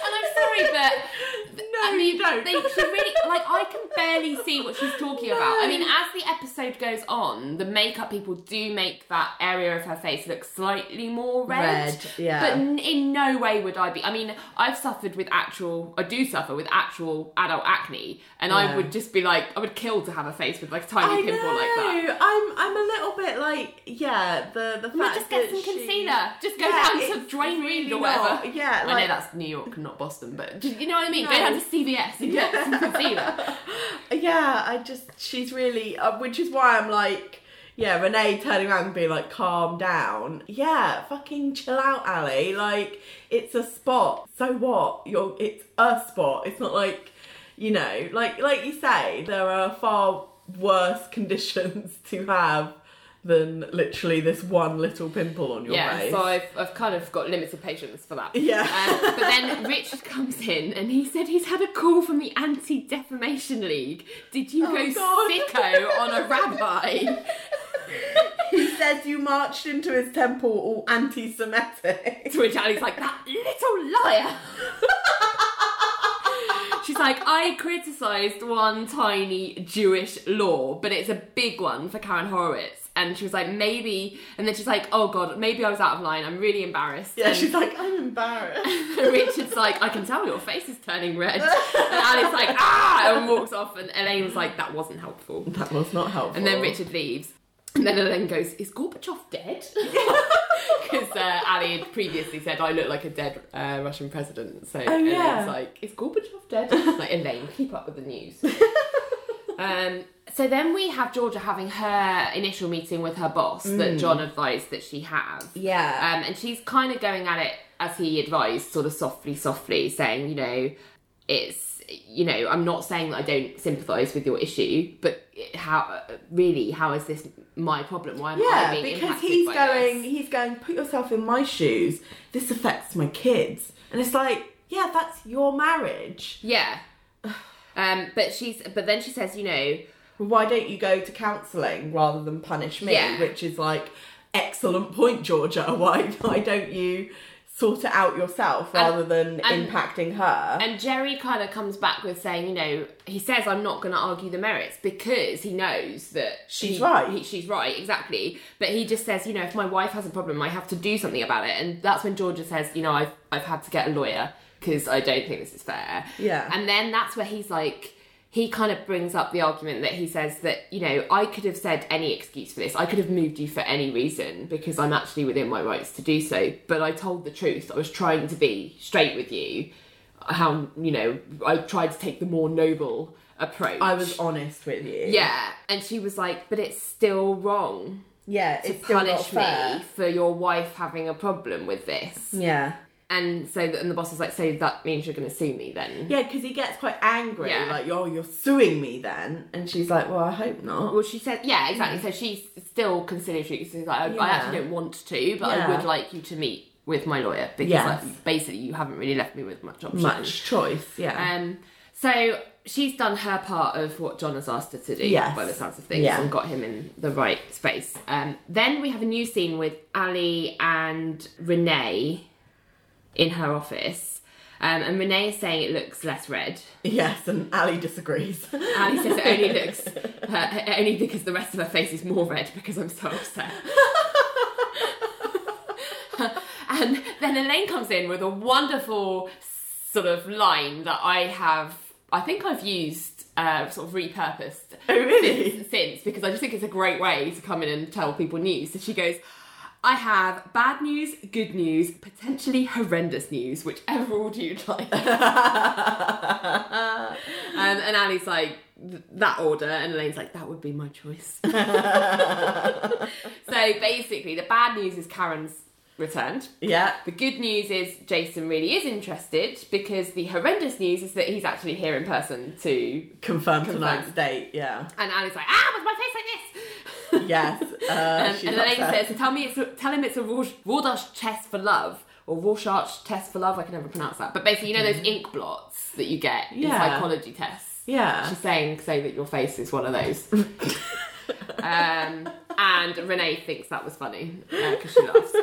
A: I'm sorry, but
B: No,
A: I mean,
B: you don't.
A: They, she really like. I can barely see what she's talking about. I mean, as the episode goes on, the makeup people do make that area of her face look slightly more red.
B: Red, yeah.
A: But n- in no way would I be. I mean, I've suffered with actual. I do suffer with actual adult acne, and I
B: Yeah.
A: would just be like, I would kill to have a face with like a tiny
B: I know.
A: pimple like that.
B: I'm I'm a little bit like yeah. The the fact
A: Well, just get
B: that
A: some
B: she-
A: concealer. Just go
B: Yeah,
A: down to
B: it's
A: Drain Reed
B: really
A: or whatever.
B: not- yeah,
A: I know
B: like-
A: that's New York, not Boston, but just, you know what I mean. Go
B: No.
A: down to CVS and get some concealer.
B: Yeah, I just she's really, uh, which is why I'm like, yeah, Renee turning around and being like, calm down. Yeah, fucking chill out, Ali. Like it's a spot. So what? You're it's a spot. It's not like, you know, like like you say, there are far worse conditions to have than literally this one little pimple on your
A: yeah,
B: face.
A: so I've, I've kind of got limited patience for that.
B: Yeah.
A: Um, but then Richard comes in and he said he's had a call from the Anti Defamation League. Did you
B: Oh,
A: go
B: God.
A: sicko on a rabbi?
B: he says you marched into his temple all anti-Semitic.
A: To which Ali's like, that little liar. She's like, I criticised one tiny Jewish law, but it's a big one for Karen Horowitz. And she was like, maybe. And then she's like, oh God, maybe I was out of line. I'm really embarrassed.
B: Yeah,
A: And
B: she's like, I'm embarrassed.
A: Richard's like, I can tell your face is turning red. And Ali's like, ah, and walks off. And Elaine's like, that wasn't helpful.
B: That was not helpful.
A: And then Richard leaves. And then Elaine goes, Is Gorbachev dead? Because uh, Ali had previously said, I look like a dead uh, Russian president. So
B: Oh,
A: Elaine's
B: yeah.
A: like, Is Gorbachev dead? like, Elaine, keep up with the news. um, so then we have Georgia having her initial meeting with her boss that John advised that she have.
B: Mm. Yeah.
A: Um, and she's kind of going at it as he advised, sort of softly, softly, saying, you know, it's, you know, I'm not saying that I don't sympathise with your issue, but how, really, how is this my problem? Why am I
B: yeah,
A: being
B: because
A: impacted
B: he's
A: by
B: going,
A: this?
B: he's going, put yourself in my shoes. This affects my kids. And it's like, yeah, that's your marriage.
A: Yeah. Um, but she's, but then she says, you know,
B: Why don't you go to counselling rather than punish me?
A: Yeah.
B: Which is like, excellent point, Georgia. Why, why don't you sort it out yourself rather than
A: and-
B: impacting her?
A: And Jerry kind of comes back with saying, you know, he says, I'm not going to argue the merits because he knows that
B: She's
A: he-
B: right.
A: he- she's right, exactly. But he just says, you know, if my wife has a problem, I have to do something about it. And that's when Georgia says, you know, I've, I've had to get a lawyer because I don't think this is fair.
B: Yeah.
A: And then that's where he's like, he kind of brings up the argument that he says that, you know, I could have said any excuse for this. I could have moved you for any reason because I'm actually within my rights to do so. But I told the truth. I was trying to be straight with you. How, you know, I tried to take the more noble approach.
B: I was honest with you.
A: Yeah. And she was like, but it's still wrong.
B: Yeah, it's still not
A: Punish me
B: fair.
A: for your wife having a problem with this.
B: Yeah.
A: And so, and the boss is like, so that means you're going to sue me then?
B: Yeah, because he gets quite angry,
A: Yeah.
B: like, oh, you're suing me then. And she's like, well, I hope not.
A: Well, she said, yeah, exactly. So she's still conciliatory. She's like, I, I
B: Yeah.
A: actually don't want to, but I
B: Yeah.
A: would like you to meet with my lawyer because
B: Yes.
A: like, basically you haven't really left me with much option.
B: Much choice, yeah.
A: Um, so she's done her part of what John has asked her to do,
B: Yes.
A: by the sounds of things,
B: Yeah.
A: and got him in the right space. Um, then we have a new scene with Ali and Renee in her office. Um, and Renee is saying it looks less red.
B: Yes, and Ali disagrees.
A: Ali says it only looks her, only because the rest of her face is more red because I'm so upset. and then Elaine comes in with a wonderful sort of line that I have, I think I've used, uh, sort of repurposed
B: oh, really?
A: since because I just think it's a great way to come in and tell people news. So she goes, I have bad news, good news, potentially horrendous news, whichever order you'd like. um, and Ali's like, "Th- that order. And Elaine's like, that would be my choice. so basically, the bad news is Karen's returned.
B: Yeah.
A: The good news is Jason really is interested because the horrendous news is that he's actually here in person to
B: Confirmed tonight's date, yeah.
A: and Ali's like, ah, was my face like this?
B: Yes. Uh,
A: and,
B: she's
A: and Elaine
B: upset.
A: says, tell me, it's, tell him it's a Rorsch- Rorschach test for love. Or Rorschach test for love. I can never pronounce that. But basically, you know those ink blots that you get in
B: Mm-hmm. Yeah.
A: psychology tests.
B: Yeah.
A: She's saying, say that your face is one of those. uh, um, and Renee thinks that was funny because she laughs.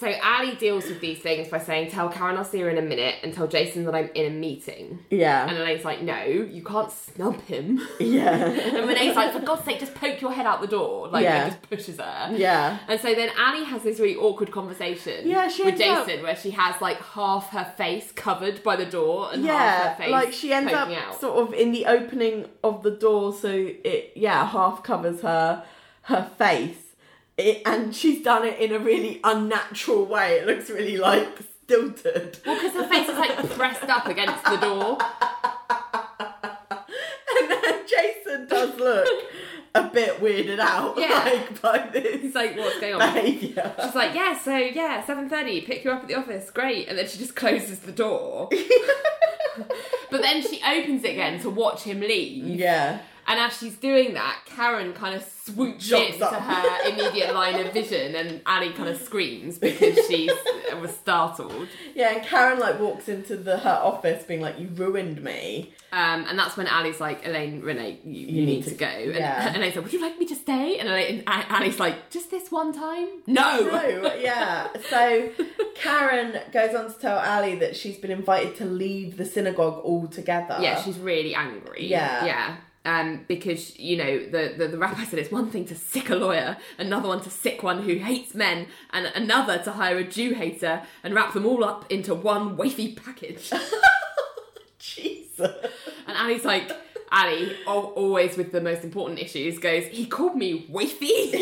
A: So Ali deals with these things by saying, "Tell Karen I'll see her in a minute, and tell Jason that I'm in a meeting." And
B: Yeah.
A: Elaine's like, "No, you can't snub him."
B: Yeah.
A: And Renee's like, "For God's sake, just poke your head out the door!" Like,
B: Yeah.
A: and just pushes her.
B: Yeah.
A: And so then Ali has this really awkward conversation
B: Yeah, she
A: with
B: ends up-
A: Jason where she has like half her face covered by the door and half
B: Yeah,
A: her face
B: like she ends up
A: poking out.
B: sort of in the opening of the door, so it yeah half covers her her face, it, and she's done it in a really unnatural way. It looks really like stilted.
A: because her face is like pressed up against the door.
B: And then Jason does look a bit weirded out,
A: Yeah.
B: like by this
A: He's like, what's going on?
B: behaviour.
A: She's like, yeah, so yeah, 7.30, pick you up at the office, great. And then she just closes the door. but then she opens it again to watch him leave.
B: yeah,
A: And as she's doing that, Karen kind of swoops
B: Jumps
A: into
B: up.
A: her immediate line of vision and Ali kind of screams because she was startled.
B: yeah, and Karen like walks into the her office, being like, "You ruined me."
A: Um, and that's when Ali's like, Elaine, Renee, you, you, need, to, go. And,
B: yeah.
A: and Elaine's like, would you like me to stay? And Elaine, A- Ali's like, just this one time? No!
B: So yeah, so Karen goes on to tell Ali that she's been invited to leave the synagogue altogether.
A: Yeah, she's really angry.
B: Yeah.
A: Yeah. Um, because you know the, the the rabbi said it's one thing to sick a lawyer, another one to sick one who hates men, and another to hire a Jew hater and wrap them all up into one wafy package.
B: Jesus.
A: and Ali's like, Ali, al- always with the most important issues, goes, he called me wafy.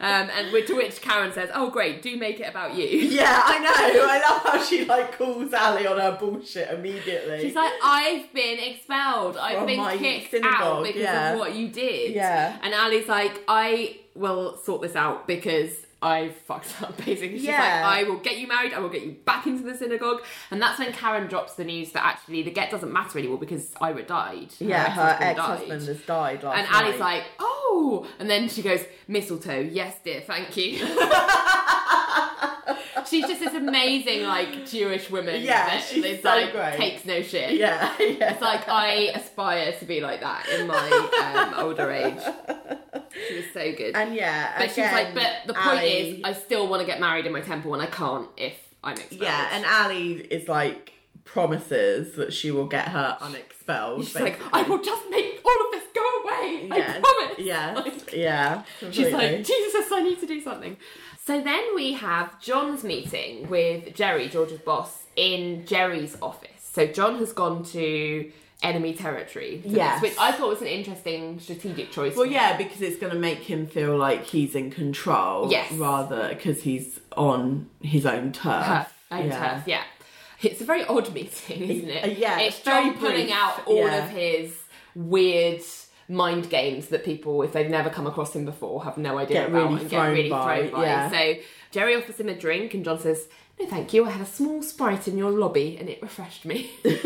A: um, and which, to which Karen says, oh great, do make it about you.
B: Yeah, I know. I love how she like calls Ali on her bullshit immediately.
A: She's like, I've been expelled. I've
B: From my
A: been kicked out
B: synagogue,
A: because
B: yeah.
A: of what you did.
B: Yeah.
A: And Ali's like, I will sort this out because I fucked up. Basically, she's
B: Yeah.
A: like, I will get you married. I will get you back into the synagogue. And that's when Karen drops the news that actually the get doesn't matter anymore because Ira died.
B: yeah, her
A: ex-husband died.
B: ex-husband has died last
A: And
B: night.
A: Ali's like, oh. And then she goes, mistletoe, yes, dear, thank you. She's just this amazing, like, Jewish woman.
B: Yeah,
A: that
B: she's
A: is,
B: so
A: like,
B: great.
A: takes no shit.
B: yeah, yeah.
A: It's like I aspire to be like that in my um, older age. She was so good.
B: and yeah,
A: oh. but she's like,
B: again,
A: but the point
B: Ali-
A: is, I still want to get married in my temple, and I can't if I'm expelled.
B: yeah, and Ali is like promises that she will get her unexpelled.
A: she's like,
B: basically.
A: I will just make all of this go away.
B: Yes,
A: I promise.
B: Yes,
A: Like,
B: yeah.
A: she's
B: completely.
A: like, Jesus, I need to do something. So then we have John's meeting with Jerry, George's boss, in Jerry's office. So John has gone to enemy territory. for this,
B: Yes.
A: which I thought was an interesting strategic choice.
B: Well, yeah, because it's going to make him feel like he's in control.
A: Yes.
B: Rather, because he's on his own turf.
A: turf, own turf, yeah. It's a very odd meeting, isn't
B: Uh,
A: it?
B: yeah,
A: it's
B: it's very
A: John pulling
B: brief,
A: out all
B: yeah.
A: of his weird mind games that people, if they've never come across him before, have no idea
B: Get
A: about
B: really
A: and
B: thrown
A: get really
B: by,
A: thrown by.
B: yeah.
A: So Jerry offers him a drink, and John says, "No, thank you. I had a small sprite in your lobby, and it refreshed me." and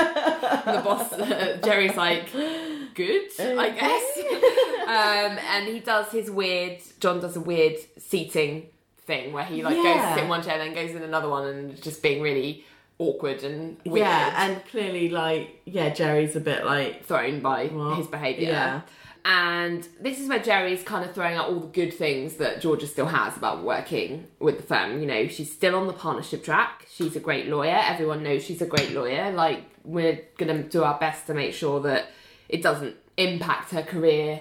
A: the boss, uh, Jerry's like, "Good, I guess." um, and he does his weird. John does a weird seating thing where he like goes
B: Yeah.
A: to sit in one chair, then goes in another one, and just being really awkward and weird,
B: Yeah, and clearly, like, yeah, Jerry's a bit like,
A: thrown by
B: Well,
A: his behaviour.
B: yeah.
A: And this is where Jerry's kind of throwing out all the good things that Georgia still has about working with the firm. You know, she's still on the partnership track. She's a great lawyer. Everyone knows she's a great lawyer. Like, we're going to do our best to make sure that it doesn't impact her career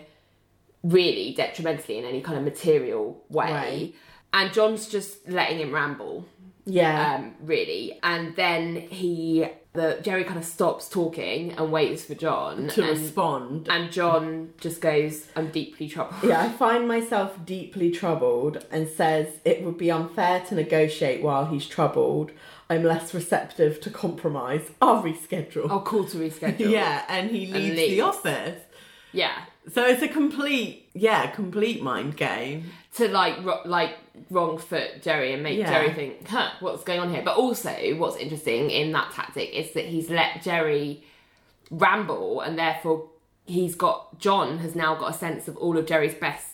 A: really detrimentally in any kind of material way.
B: Right.
A: And John's just letting him ramble
B: yeah,
A: um, really. And then he, the Jerry, kind of stops talking and waits for John
B: to
A: and,
B: respond.
A: And John just goes, "I'm deeply troubled."
B: yeah, I find myself deeply troubled and says it would be unfair to negotiate while he's troubled. I'm less receptive to compromise. I'll reschedule.
A: I'll call to reschedule.
B: yeah, and he leaves, the
A: leaves.
B: office.
A: yeah.
B: So it's a complete, yeah, complete mind game.
A: To like, ro- like wrong foot Jerry and make
B: Yeah.
A: Jerry think, "Huh, what's going on here?" But also, what's interesting in that tactic is that he's let Jerry ramble, and therefore he's got John has now got a sense of all of Jerry's best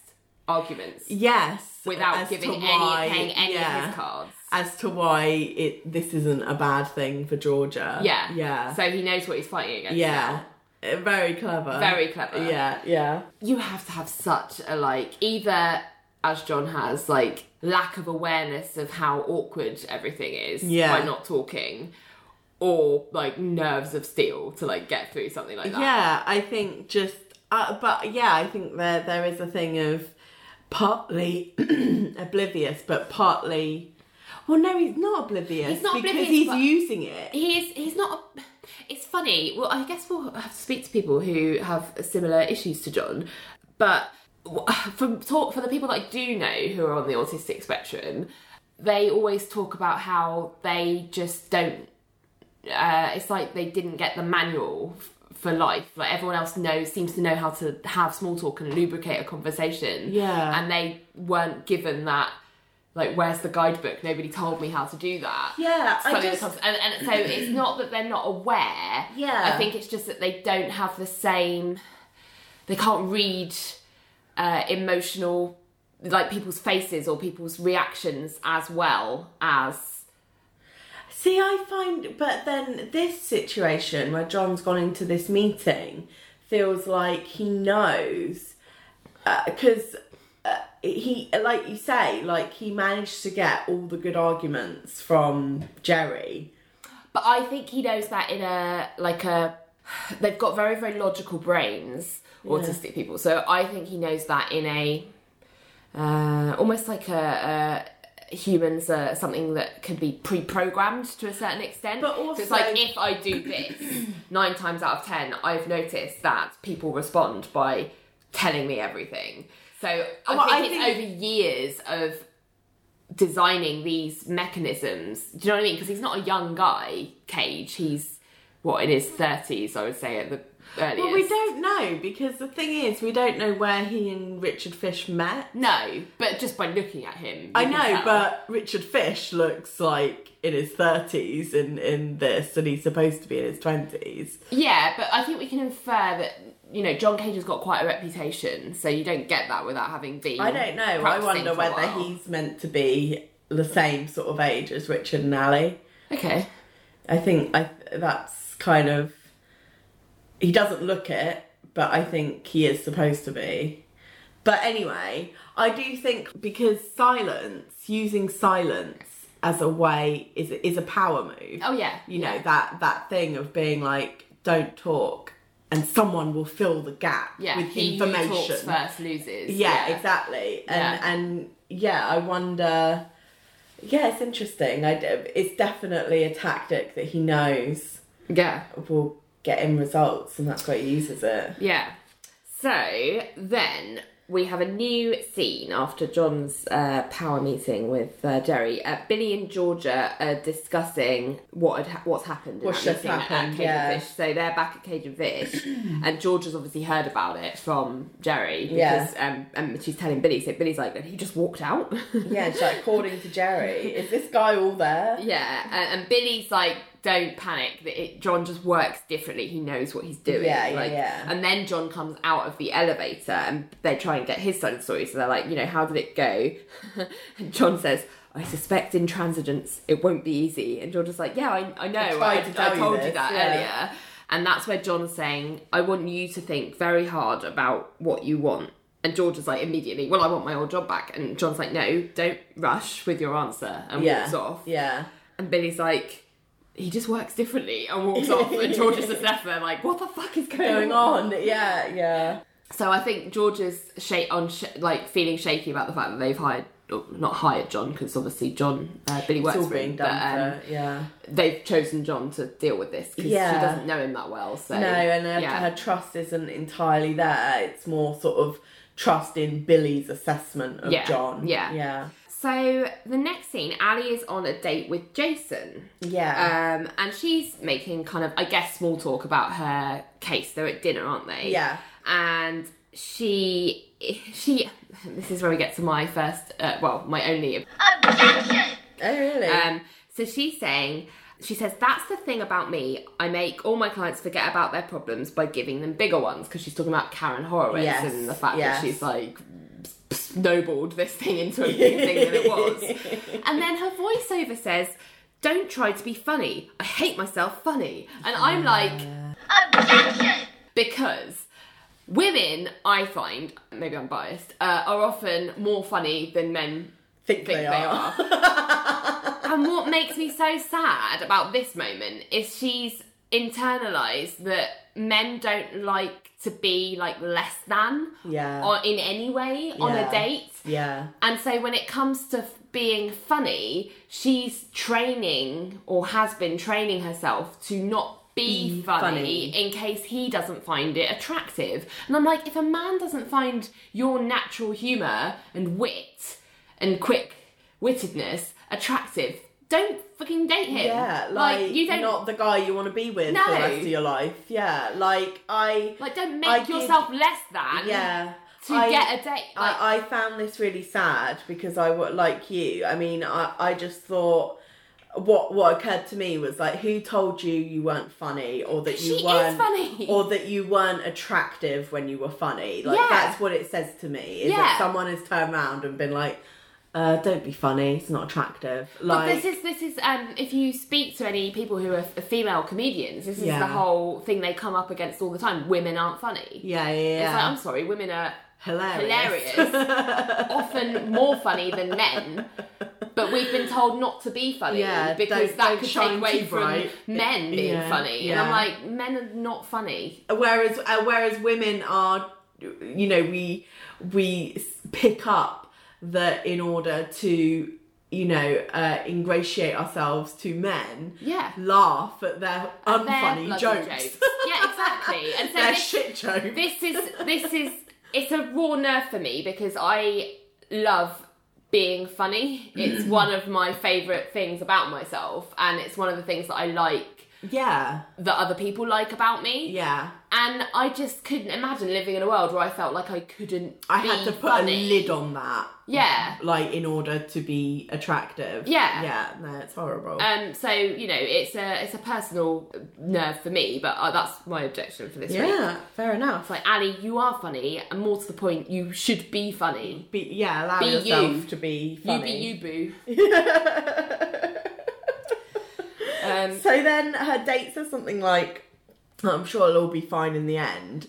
A: arguments
B: Yes,
A: without
B: as to
A: giving any
B: why-
A: paying any of
B: yeah.
A: his cards.
B: as to why it this isn't a bad thing for Georgia.
A: Yeah.
B: yeah,
A: So he knows what he's fighting against.
B: yeah. Uh, Very clever.
A: Very clever.
B: Yeah, yeah,
A: You have to have such a like either as John has, like lack of awareness of how awkward everything is
B: Yeah.
A: by not talking, or like nerves of steel to like get through something like that.
B: Yeah, I think just, uh, but yeah, I think there there is a thing of partly oblivious, but partly. Well, no, he's not oblivious.
A: He's not
B: because
A: oblivious,
B: he's
A: but-
B: using it.
A: He's he's not. A, it's funny. Well, I guess we'll have to speak to people who have similar issues to John, but from talk for the people that I do know who are on the autistic spectrum, they always talk about how they just don't. Uh, it's like they didn't get the manual f- for life. Like everyone else knows, seems to know how to have small talk and lubricate a conversation.
B: Yeah.
A: and they weren't given that. Like, where's the guidebook? Nobody told me how to do that
B: Yeah, I
A: suddenly
B: just-
A: becomes- and, and so it's not that they're not aware.
B: Yeah.
A: I think it's just that they don't have the same. They can't read uh, emotional, like people's faces or people's reactions as well as.
B: See, I find, but then this situation where John's gone into this meeting feels like he knows because uh, he, like you say, like he managed to get all the good arguments from Jerry.
A: But I think he knows that in a like a. They've got very very logical brains, autistic people. So I think he knows that in a. Uh, almost like a, a humans are something that can be pre-programmed to a certain extent.
B: But
A: So it's
B: also-
A: like if I do this, nine times out of ten, I've noticed that people respond by telling me everything. So I
B: Well,
A: think
B: I
A: it's
B: think-
A: over years of designing these mechanisms. Do you know what I mean? Because he's not a young guy, Cage. He's what in his thirties, I would say, at the earliest.
B: Well, we don't know because the thing is, we don't know where he and Richard Fish met.
A: No, but just by looking at him, you
B: I
A: can
B: know,
A: tell.
B: but Richard Fish looks like in his thirties in in this, and he's supposed to be in his twenties.
A: Yeah, but I think we can infer that you know John Cage has got quite a reputation, so you don't get that without having been.
B: I don't know. I
A: practicing
B: wonder
A: for a
B: whether
A: while.
B: he's meant to be the same sort of age as Richard and Ali.
A: okay.
B: I think I that's kind of he doesn't look it, but I think he is supposed to be. But anyway, I do think because silence, using silence as a way is is a power move.
A: Oh yeah,
B: You
A: yeah.
B: know that that thing of being like don't talk and someone will fill the gap
A: Yeah,
B: with
A: he who
B: information
A: talks first loses.
B: yeah, exactly and
A: Yeah.
B: and yeah i wonder yeah it's interesting I, d- it's definitely a tactic that he knows
A: Yeah.
B: will get him results and that's why he uses it
A: Yeah. So then we have a new scene after John's uh, power meeting with uh, Jerry. Uh, Billy and Georgia are discussing what had ha- what's happened. in
B: What's
A: that
B: just
A: meeting at- at
B: happened,
A: Cage
B: yeah.
A: and Fish. So they're back at Cage and Fish, and Georgia's obviously heard about it from Jerry
B: Yeah.
A: because um, and she's telling Billy. So Billy's like, he just walked out.
B: yeah it's like according to jerry is this guy all there
A: Yeah, and, and Billy's like, "Don't panic. That it, John just works differently. He knows what he's doing."
B: Yeah, yeah,
A: like,
B: yeah.
A: And then John comes out of the elevator, and they try and get his side of the story. So they're like, "You know, how did it go?" and John says. I suspect intransigence, it won't be easy. And Georgia's like, Yeah, I, I know. I,
B: tried to
A: I
B: tell you
A: told you
B: this,
A: that
B: yeah.
A: earlier. And that's where John's saying, I want you to think very hard about what you want. And Georgia's like, immediately, Well, I want my old job back. And John's like, No, don't rush with your answer. And walks
B: yeah
A: off.
B: yeah
A: And Billy's like, he just works differently and walks off. And George is just left there like, what the fuck is going,
B: going on yeah yeah
A: So I think George is sha- on sh- like feeling shaky about the fact that they've hired, or not hired John because obviously John uh, Billy works
B: it's all
A: for him,
B: being
A: but
B: done
A: um,
B: for, yeah
A: they've chosen John to deal with this because she
B: Yeah.
A: doesn't know him that well. So
B: No, and her,
A: yeah.
B: her trust isn't entirely there. It's more sort of trust in Billy's assessment of
A: Yeah,
B: John.
A: yeah.
B: Yeah.
A: So the next scene, Ali is on a date with Jason.
B: Yeah.
A: Um, and she's making kind of, I guess, small talk about her case. They're at dinner, aren't they?
B: Yeah.
A: And she, she, this is where we get to my first, uh, well, my only.
B: oh, really?
A: Um, so she's saying, she says, that's the thing about me. I make all my clients forget about their problems by giving them bigger ones. Because she's talking about Karen Horowitz
B: Yes,
A: and the fact
B: yes.
A: that she's like snowballed this thing into a bigger thing than it was. And then her voiceover says, Don't try to be funny. I hate myself funny. And I'm like, Because Women, I find, maybe I'm biased, uh, are often more funny than men think
B: Think, they,
A: they
B: are.
A: are. and what makes me so sad about this moment is she's internalized that men don't like to be like less than
B: Yeah.
A: or in any way on
B: Yeah.
A: a date.
B: yeah.
A: And so when it comes to f- being funny, she's training or has been training herself to not be funny,
B: funny.
A: in case he doesn't find it attractive. And I'm like, if a man doesn't find your natural humour and wit and quick wittedness attractive, don't fucking date him.
B: Yeah, like, not the guy you want to be with for the
A: No.
B: rest of your life. Yeah, like I
A: like don't make
B: I give-
A: yourself less than
B: yeah
A: to
B: I-
A: get a date. Like,
B: I, I found this really sad because I wa- like you. I mean, I, I just thought what what occurred to me was like, who told you you weren't funny or that
A: she
B: you
A: is
B: weren't
A: funny.
B: or that you weren't attractive when you were funny? Like
A: Yeah.
B: that's what it says to me. Is
A: Yeah.
B: that someone has turned around and been like, uh, "Don't be funny. It's not attractive." Like
A: But this is this is um if you speak to any people who are f- female comedians, this is
B: Yeah.
A: the whole thing they come up against all the time. Women aren't funny.
B: yeah, yeah, yeah.
A: It's like I'm sorry, women are
B: hilarious.
A: hilarious, often more funny than men. But we've been told not to be funny
B: Yeah,
A: because
B: don't-
A: that
B: don't
A: could
B: shine
A: take away
B: too
A: from
B: bright.
A: men being
B: Yeah,
A: funny. And
B: yeah.
A: I'm like, men are not funny.
B: whereas uh, whereas women are you know we we s- pick up that in order to you know uh, ingratiate ourselves to men
A: Yeah.
B: laugh at their
A: They're
B: unfunny
A: bloody
B: jokes,
A: Yeah, exactly. And so
B: their
A: this-
B: shit jokes
A: this is this is it's a raw nerve for me because I love being funny. It's one of my favourite things about myself, and it's one of the things that I like
B: yeah
A: that other people like about me.
B: yeah
A: And I just couldn't imagine living in a world where I felt like I couldn't.
B: i had
A: be
B: to put
A: funny.
B: a lid on that
A: Yeah.
B: like in order to be attractive
A: Yeah.
B: yeah no it's horrible
A: Um, so you know, it's a it's a personal nerve for me, but uh, that's my objection for this week.
B: yeah fair enough
A: It's like Ali, you are funny, and more to the point, you should be funny.
B: be, yeah allow
A: Be
B: yourself
A: you.
B: to be
A: You
B: funny
A: be you boo. um,
B: So then her dates are something like, I'm sure it'll all be fine in the end.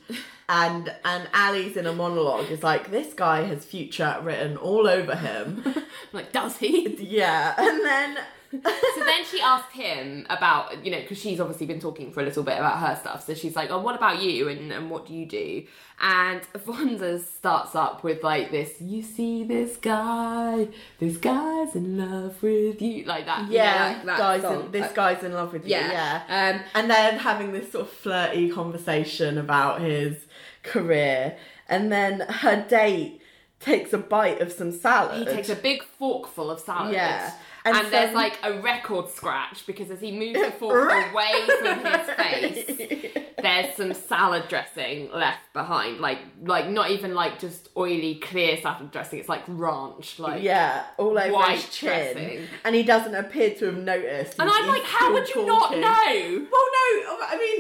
B: And and Ali's in a monologue is like, this guy has future written all over him.
A: like, does he?
B: yeah. And then
A: so then she asked him about, you know, because she's obviously been talking for a little bit about her stuff. So she's like, oh, what about you and, and what do you do? And Vonda starts up with like this, you see this guy, this guy's in love with you. Like that. you know,
B: yeah,
A: like that
B: guys,
A: song.
B: in, this
A: Like,
B: guy's in love with you. Yeah.
A: Yeah. Um,
B: and then having this sort of flirty conversation about his career, and then her date takes a bite of some salad.
A: he takes a big forkful of salad.
B: Yeah. And
A: And, there's
B: then-
A: like a record scratch because as he moves the fork away from his face, there's some salad dressing left behind like like not even like just oily clear salad dressing it's like ranch like
B: Yeah, all over
A: White
B: his chin,
A: dressing.
B: and he doesn't appear to have noticed.
A: and
B: He's-
A: i'm like
B: he's
A: how would
B: still
A: you not
B: talking.
A: know
B: Well, no, I mean,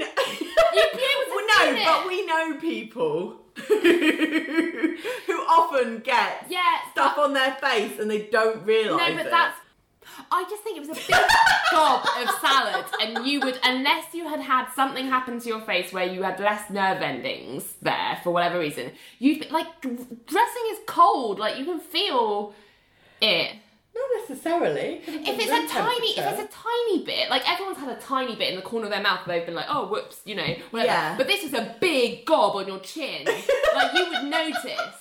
A: You'd be able to
B: Well,
A: do it.
B: no, but we know people who often get
A: yeah
B: stuff on their face and they don't realise.
A: no but
B: it.
A: that's i just think it was a big gob of salad and you would unless you had had something happen to your face where you had less nerve endings there for whatever reason you'd be like d- dressing is cold like you can feel it
B: not necessarily.
A: if it's a tiny if it's a tiny bit like everyone's had a tiny bit in the corner of their mouth they've been like oh whoops you know whatever
B: Yeah.
A: but this is a big gob on your chin like you would notice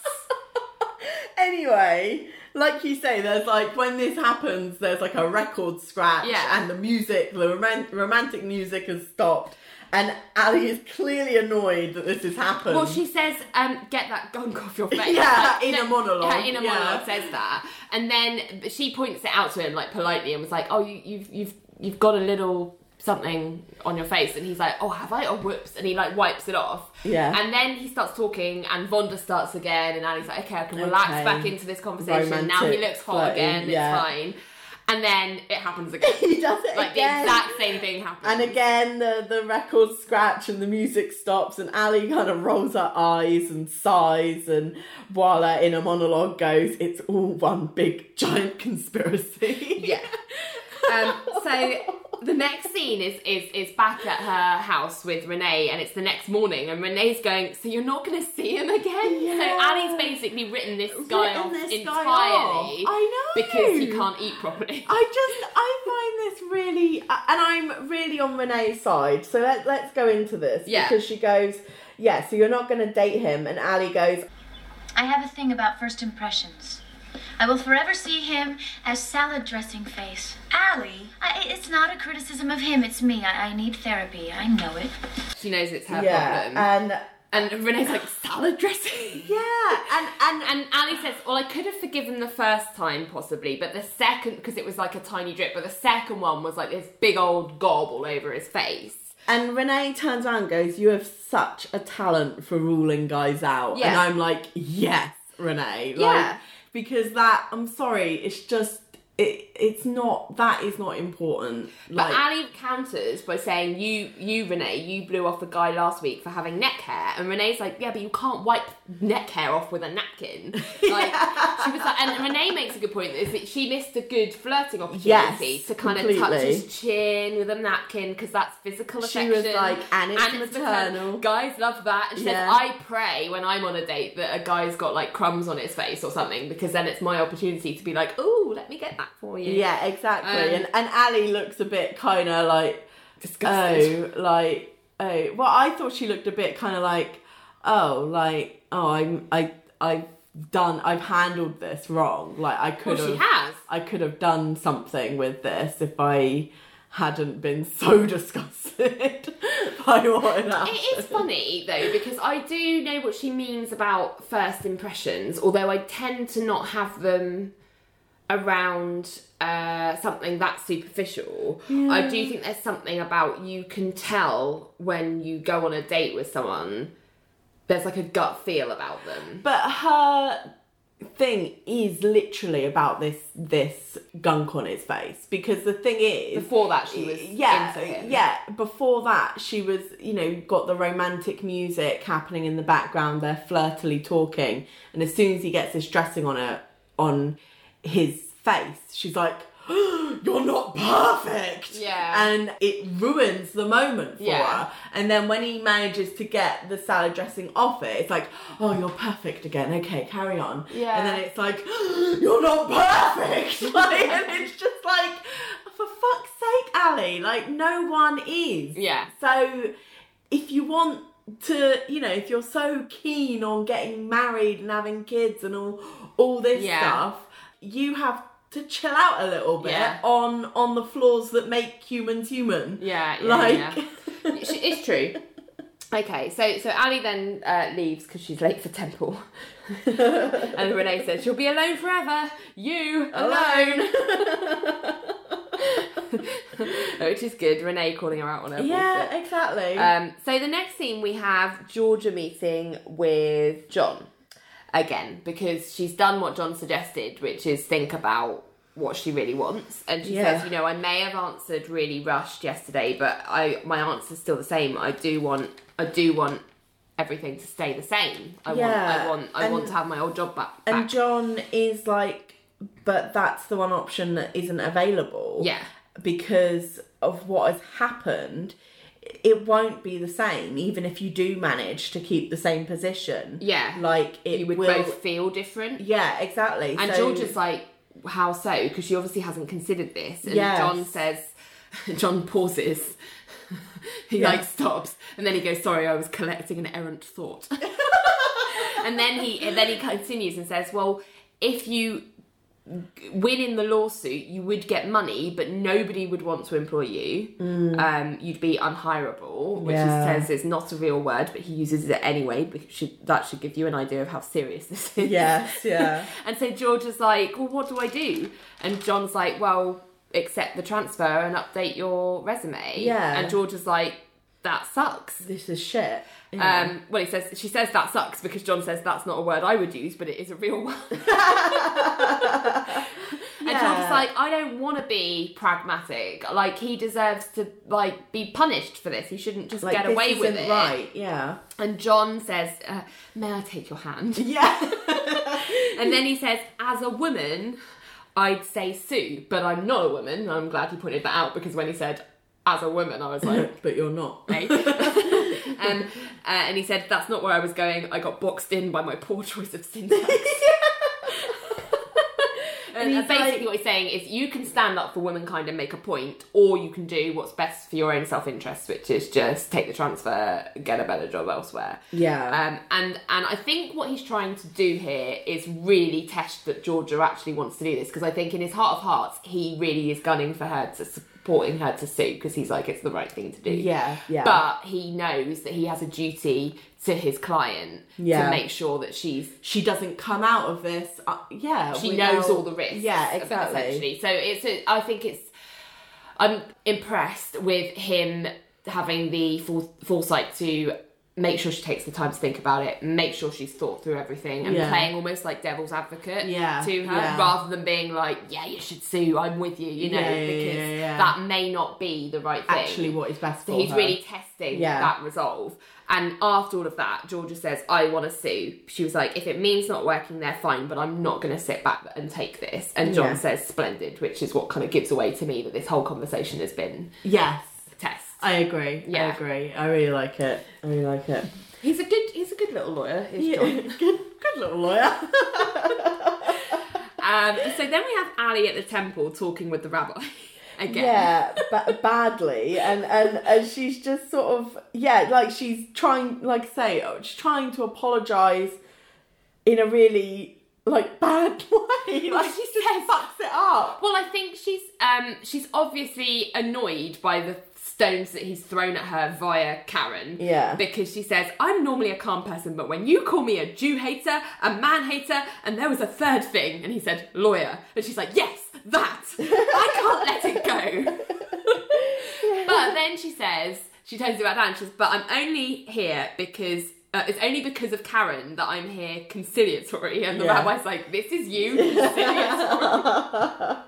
B: anyway, like you say, there's like when this happens, there's like a record scratch,
A: Yeah.
B: and the music, the roman- romantic music, has stopped, and Ali is clearly annoyed that this has happened.
A: well she says um get that gunk off your face
B: Yeah,
A: Like,
B: in a monologue,
A: yeah, in a
B: yeah.
A: monologue says that and then she points it out to him like politely and was like oh you, you've you've you've got a little something on your face and he's like oh have i oh whoops and he like wipes it off
B: Yeah.
A: and then he starts talking and vonda starts again and ali's like okay i can relax
B: Okay.
A: back into this conversation conversation. Now he
B: Romantic
A: looks hot
B: flirting,
A: again. It's
B: yeah.
A: fine. And then it happens again.
B: he does it
A: like
B: again.
A: the exact same thing happens.
B: and again, the, the record scratch and the music stops, and Ali kind of rolls her eyes and sighs, and voila, in a monologue goes, It's all one big giant conspiracy.
A: yeah. Um, so the next scene is is is back at her house with Renee, and it's the next morning, and Renee's going. So you're not going to see him again. So
B: Yeah.
A: Annie's basically written this guy
B: Written
A: off
B: this
A: entirely
B: guy off. I know.
A: because he can't eat properly.
B: I just I find this really, uh, and I'm really on Renee's side. So let, let's go into this
A: Yeah.
B: because she goes, "Yeah, so you're not going to date him," and Ali goes,
C: I have a thing about first impressions. I will forever see him as salad dressing face. Allie, I, it's not a criticism of him, it's me. I, I need therapy. I know it.
A: she knows it's her problem,
B: "Yeah," and
A: and Renee's like salad dressing.
B: yeah, and and
A: And Ali says, "Well, I could have forgiven the first time possibly, but the second because it was like a tiny drip, but the second one was like this big old gob all over his face."
B: And Renee turns around and goes, You have such a talent for ruling guys out. And
A: Yeah.
B: I'm like, Yes, Renee. Like,
A: Yeah.
B: Because that, I'm sorry, it's just, it, it's not, that is not important. Like,
A: But Ali counters by saying, "You, you, Renee, you blew off a guy last week for having neck hair," and Renee's like, "Yeah, but you can't wipe neck hair off with a napkin." Like she was like, and Renee makes a good point is that she missed a good flirting opportunity
B: Yes,
A: to kind of touch
B: completely.
A: his chin with a napkin because that's physical
B: She
A: affection.
B: was like, "And it's maternal."
A: Guys love that. And she
B: Yeah.
A: says, "I pray when I'm on a date that a guy's got like crumbs on his face or something because then it's my opportunity to be like, oh, let me get that for you.'
B: yeah, exactly.
A: Um,
B: and, and Ali looks a bit kind of like,
A: Disgusted.
B: Oh, like, oh. Well, I thought she looked a bit kind of like, Oh, like, oh, I'm, I, I've done, I've handled this wrong. Like, I could
A: Well, she
B: have-
A: has.
B: I could have done something with this if I hadn't been so disgusted by what had happened.
A: It is funny though because I do know what she means about first impressions, although I tend to not have them around uh, something that superficial. I do think there's something about you can tell when you go on a date with someone. There's like a gut feel about them.
B: But her thing is literally about this this gunk on his face because the thing is
A: Before that, she was
B: yeah
A: into him.
B: yeah before that she was you know got the romantic music happening in the background they're flirtily talking and as soon as he gets his dressing on her on his face she's like you're not perfect
A: Yeah.
B: and it ruins the moment for
A: Yeah.
B: her and then when he manages to get the salad dressing off it it's like oh you're perfect again okay carry on
A: Yeah.
B: and then it's like you're not perfect like, and it's just like for fuck's sake ali like no one is
A: Yeah.
B: so if you want to, you know, if you're so keen on getting married and having kids and all all this
A: Yeah.
B: stuff, you have to chill out a little bit
A: Yeah.
B: on on the flaws that make humans human.
A: Yeah, yeah,
B: like
A: yeah. It's it's true. Okay, so so Ali then uh, leaves because she's late for temple, and Renee says she'll be alone forever. You alone, which is good. Renee calling her out on her
B: yeah,
A: bullshit.
B: exactly.
A: Um, so the next scene we have Georgia meeting with John again because she's done what John suggested, which is think about what she really wants. And she
B: Yeah.
A: says, you know, I may have answered really rushed yesterday, but I my answer's still the same. I do want I do want everything to stay the same. I want I
B: Yeah.
A: want I want
B: And-
A: to have my old job back.
B: and
A: back.
B: John is like, but that's the one option that isn't available.
A: Yeah.
B: Because of what has happened, it won't be the same, even if you do manage to keep the same position.
A: Yeah.
B: Like it
A: you would
B: will.
A: both feel different.
B: Yeah, exactly.
A: And
B: so,
A: Georgia's like, how so? Because she obviously hasn't considered this. And
B: Yes.
A: John says, John pauses. he
B: Yeah.
A: like stops, and then he goes, "Sorry, I was collecting an errant thought." and then he and then he continues and says, "Well, if you win in the lawsuit, you would get money, but nobody would want to employ you. Um, you'd be unhireable, which
B: Mm. Yeah.
A: he says is not a real word, but he uses it anyway because should, that should give you an idea of how serious this is.
B: Yes, yeah.
A: And so George is like, well, what do I do? And John's like, well, accept the transfer and update your resume.
B: Yeah.
A: And George is like, that sucks.
B: this is shit.
A: Um, well, he says she says that sucks because John says that's not a word I would use, but it is a real one. And John's
B: Yeah.
A: like, I don't want to be pragmatic. Like he deserves to like be punished for this. He shouldn't just
B: Like,
A: get
B: this
A: away with
B: isn't
A: it.
B: Right, yeah.
A: And John says, uh, "May I take your hand?"
B: Yeah.
A: And then he says, as a woman, I'd say Sue, but I'm not a woman. And I'm glad he pointed that out because when he said, as a woman, I was like,
B: but you're not.
A: hey. um, uh, and he said, That's not where I was going. I got boxed in by my poor choice of syntax. And
B: And
A: that's
B: he's
A: basically
B: like-
A: what he's saying is you can stand up for womankind and make a point, or you can do what's best for your own self interest, which is just take the transfer, get a better job elsewhere.
B: Yeah.
A: Um, and and I think what he's trying to do here is really test that Georgia actually wants to do this because I think in his heart of hearts he really is gunning for her to supporting her to sue because he's like it's the right thing to do.
B: Yeah, yeah.
A: But he knows that he has a duty to his client
B: Yeah.
A: to make sure that she's
B: she doesn't come out of this. Uh, yeah.
A: she
B: without-
A: knows all the risks.
B: Yeah,
A: of-
B: exactly.
A: Essentially, so it's. A, I think it's. I'm impressed with him having the fore- foresight to make sure she takes the time to think about it, make sure she's thought through everything, and
B: Yeah.
A: playing almost like devil's advocate
B: Yeah,
A: to her,
B: yeah.
A: rather than being like, "Yeah, you should sue. I'm with you," you know,
B: Yeah, yeah,
A: because
B: yeah, yeah.
A: that may not be the right thing.
B: Actually, what is best for
A: So he's
B: her.
A: really testing
B: Yeah.
A: that resolve. And after all of that, Georgia says, I want to sue. She was like, if it means not working there, fine, but I'm not going to sit back and take this. And John
B: Yeah.
A: says, splendid, which is what kind of gives away to me that this whole conversation has been
B: Yes.
A: a test.
B: I agree. I
A: Yeah.
B: agree. I really like it. I really like it.
A: He's a good, he's a good little lawyer, is
B: Yeah.
A: John.
B: good, good little lawyer.
A: Um, so then we have Ali at the temple talking with the rabbi again.
B: yeah ba- badly and, and and she's just sort of yeah like she's trying like I say oh, she's trying to apologize in a really like bad way like she just fucks it up
A: Well, I think she's um she's obviously annoyed by the stones that he's thrown at her via Karen.
B: Yeah.
A: Because she says, I'm normally a calm person, but when you call me a Jew hater, a man hater, and there was a third thing, and he said, lawyer. And she's like, Yes, that! I can't let it go. but then she says, she turns it back down, and she says, But I'm only here because uh, it's only because of Karen that I'm here conciliatory. And the
B: Yeah.
A: rabbi's like, This is you, conciliatory.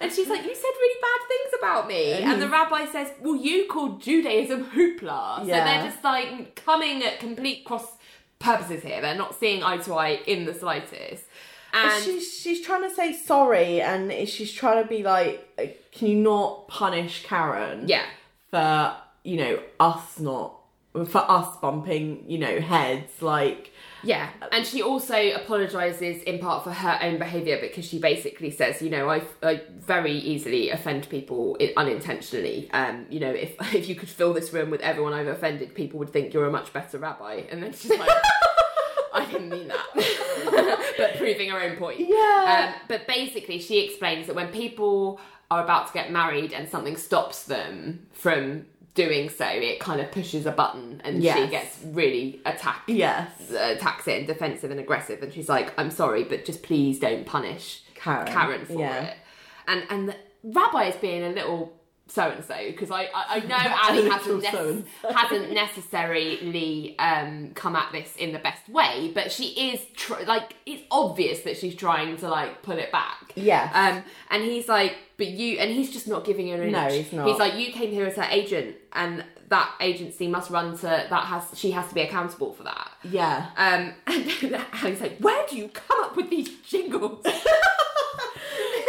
A: And she's like, You said really bad things about me. And the rabbi says, Well, you called Judaism hoopla. So
B: Yeah.
A: they're just like coming at complete cross purposes here. They're not seeing eye to eye in the slightest. And
B: she's she's trying to say sorry and she's trying to be like can you not punish Karen
A: yeah.
B: for you know us not for us bumping you know heads like
A: Yeah, and she also apologizes in part for her own behavior because she basically says, you know, I, I very easily offend people i- unintentionally. Um, you know, if if you could fill this room with everyone I've offended, people would think you're a much better rabbi. And then she's like, I didn't mean that, but proving her own point.
B: Yeah.
A: Um, but basically, she explains that when people are about to get married and something stops them from doing so, it kind of pushes a button, and she
B: Yes.
A: gets really attacked
B: yes
A: attacks it and defensive and aggressive and she's like i'm sorry but just please don't punish
B: Karen.
A: for
B: Yeah.
A: it and and the rabbi is being a little so and so because I, I I know Ali hasn't
B: little
A: nec- hasn't necessarily um come at this in the best way but she is tr- like it's obvious that she's trying to like pull it back
B: Yes.
A: um and he's like but you and he's just not giving her an
B: No,
A: inch.
B: he's not.
A: he's like you came here as her agent and that agency must run to that has she has to be accountable for that
B: yeah
A: um, and Ali's like, "Where do you come up with these jingles?"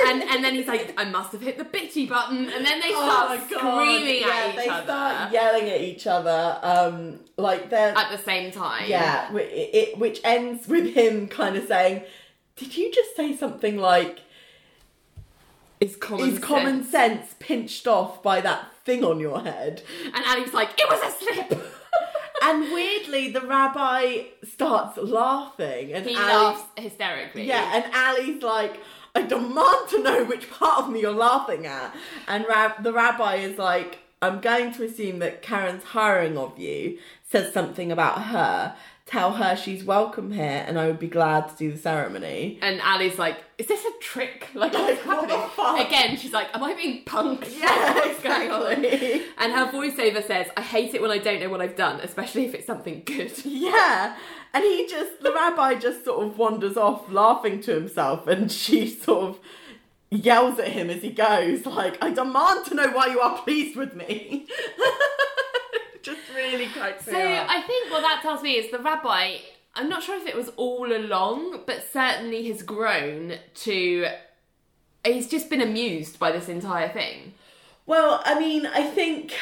A: and and then he's like, "I must have hit the bitchy button." And then they start screaming
B: Oh yeah,
A: at each
B: they
A: other
B: start yelling at each other. Um, like they're
A: at the same time.
B: yeah, whi- it, it which ends with him kind of saying, "Did you just say something like
A: it's common.
B: is common
A: sense.
B: sense pinched off by that thing on your head?"
A: And Ali's like, "It was a slip."
B: and weirdly, the rabbi starts laughing, and
A: he
B: Ali-
A: laughs hysterically.
B: Yeah, and Ali's like, I demand to know which part of me you're laughing at. And rab- the rabbi is like, I'm going to assume that Karen's hiring of you says something about her. Tell her she's welcome here and I would be glad to do the ceremony.
A: And Ali's like, "Is this a trick? Like, what's
B: Like, what the
A: happening?"
B: fuck?
A: Again, she's like, "Am I being punked?"
B: Yeah,
A: What's going on?
B: exactly.
A: And her voiceover says, "I hate it when I don't know what I've done, especially if it's something good."
B: Yeah. And he just, the rabbi just sort of wanders off laughing to himself and she sort of yells at him as he goes, like, I demand to know why you are pleased with me. just really cracks me
A: So
B: up.
A: I think what that tells me is the rabbi. I'm not sure if it was all along, but certainly has grown to. He's just been amused by this entire thing.
B: Well, I mean, I think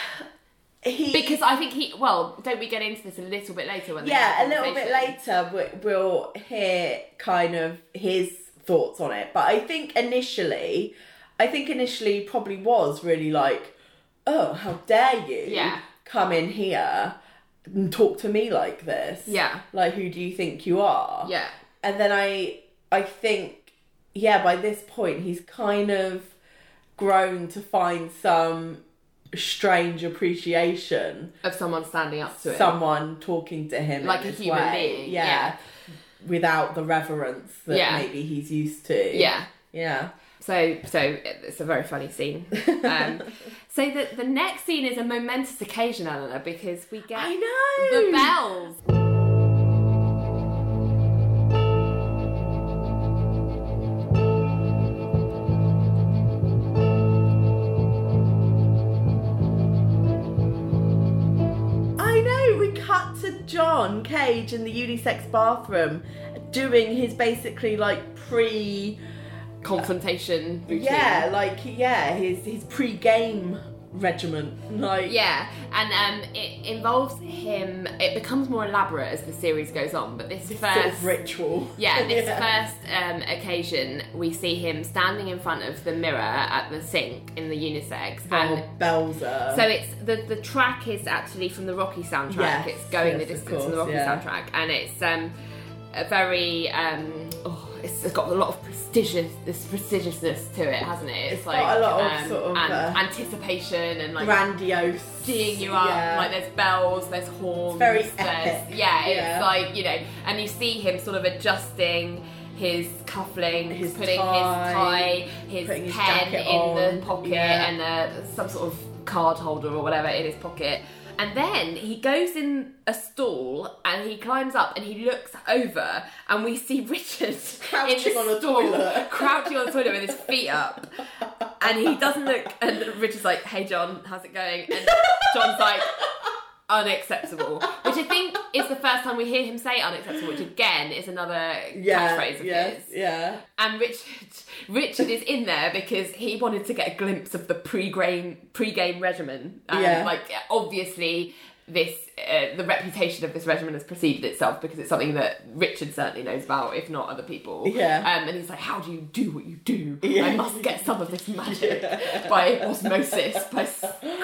B: he
A: Because I think he, well, don't we get into this a little bit later? When they
B: yeah, a
A: have the
B: little bit
A: conversation?
B: later we- we'll hear kind of his thoughts on it. But I think initially, I think initially probably was really like, oh, how dare you
A: Yeah.
B: come in here and talk to me like this?
A: Yeah.
B: like who do you think you are?
A: Yeah.
B: and then I I think yeah by this point he's kind of grown to find some strange appreciation
A: Of someone standing up to it.
B: someone talking to him in
A: Like a
B: this
A: human
B: way.
A: being,
B: yeah.
A: yeah.
B: without the reverence that
A: Yeah.
B: maybe he's used to
A: Yeah.
B: yeah
A: So, so it's a very funny scene. Um, so the, the next scene is a momentous occasion, Eleanor, because we get
B: I know
A: the bells.
B: I know we cut to John Cage in the unisex bathroom doing his basically like pre
A: Confrontation routine.
B: yeah like yeah his his pre-game regiment like
A: Yeah, and um, it involves him. It becomes more elaborate as the series goes on, but this
B: sort of
A: first,
B: ritual
A: yeah, this first um, occasion, we see him standing in front of the mirror at the sink in the unisex,
B: Oh,
A: and
B: and Belzer.
A: so it's the the track is actually from the Rocky soundtrack.
B: Um, Yes,
A: it's going the
B: yes, of
A: distance from the
B: course,
A: Rocky
B: yeah.
A: soundtrack, and it's um, a very um, oh, it's got a lot of prestigious this prestigiousness to it, hasn't it? It's, um,
B: got a lot of sort of,
A: and
B: uh,
A: anticipation and like
B: grandiose
A: seeing you up.
B: yeah.
A: Like there's bells, there's horns,
B: very
A: there's
B: epic.
A: yeah, it's
B: Yeah.
A: like you know, and you see him sort of adjusting his cufflinks,
B: His
A: putting
B: tie,
A: his tie,
B: putting
A: his
B: his
A: pen
B: jacket
A: in
B: on,
A: the pocket,
B: yeah.
A: and uh some sort of card holder or whatever in his pocket. And then he goes in a stall and he climbs up and he looks over and we see Richard
B: Crouching
A: in the
B: on a
A: stall,
B: toilet.
A: crouching on the toilet with his feet up, and he doesn't look. And Richard's like, "Hey, John, how's it going?" And John's like, "Unacceptable," which I think is the first time we hear him say "unacceptable," which again is another
B: yeah,
A: catchphrase of
B: yes,
A: his.
B: yeah.
A: And Richard, Richard is in there because he wanted to get a glimpse of the pre-game pre-game regimen. And
B: Yeah.
A: like obviously. This uh, the reputation of this regimen has preceded itself because it's something that Richard certainly knows about, if not other people.
B: Yeah.
A: Um, and he's like, "How do you do what you do?
B: Yeah.
A: I must get some of this magic by osmosis, by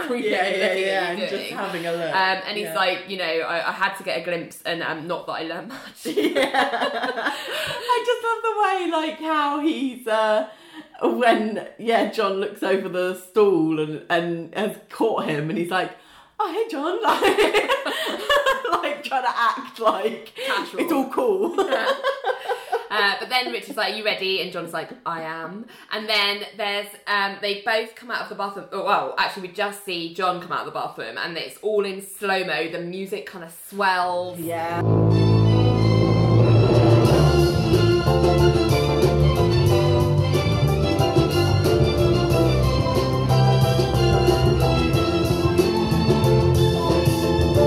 A: creeping
B: Yeah,
A: and
B: yeah,
A: looking
B: yeah,
A: at
B: and
A: you
B: just
A: doing."
B: having a look.
A: Um, and he's
B: Yeah.
A: like, you know, I, I had to get a glimpse, and um, not that I learned much.
B: I just love the way, like, how he's uh, when yeah, John looks over the stool and and has caught him, and he's like, "Oh, hey, John," like, like trying to act like
A: Casual.
B: it's all cool.
A: Uh, but then Richard's like, "Are you ready?" And John's like, "I am." And then there's um, they both come out of the bathroom. Oh, well, actually, we just see John come out of the bathroom, and it's all in slow mo. The music kind of swells.
B: yeah.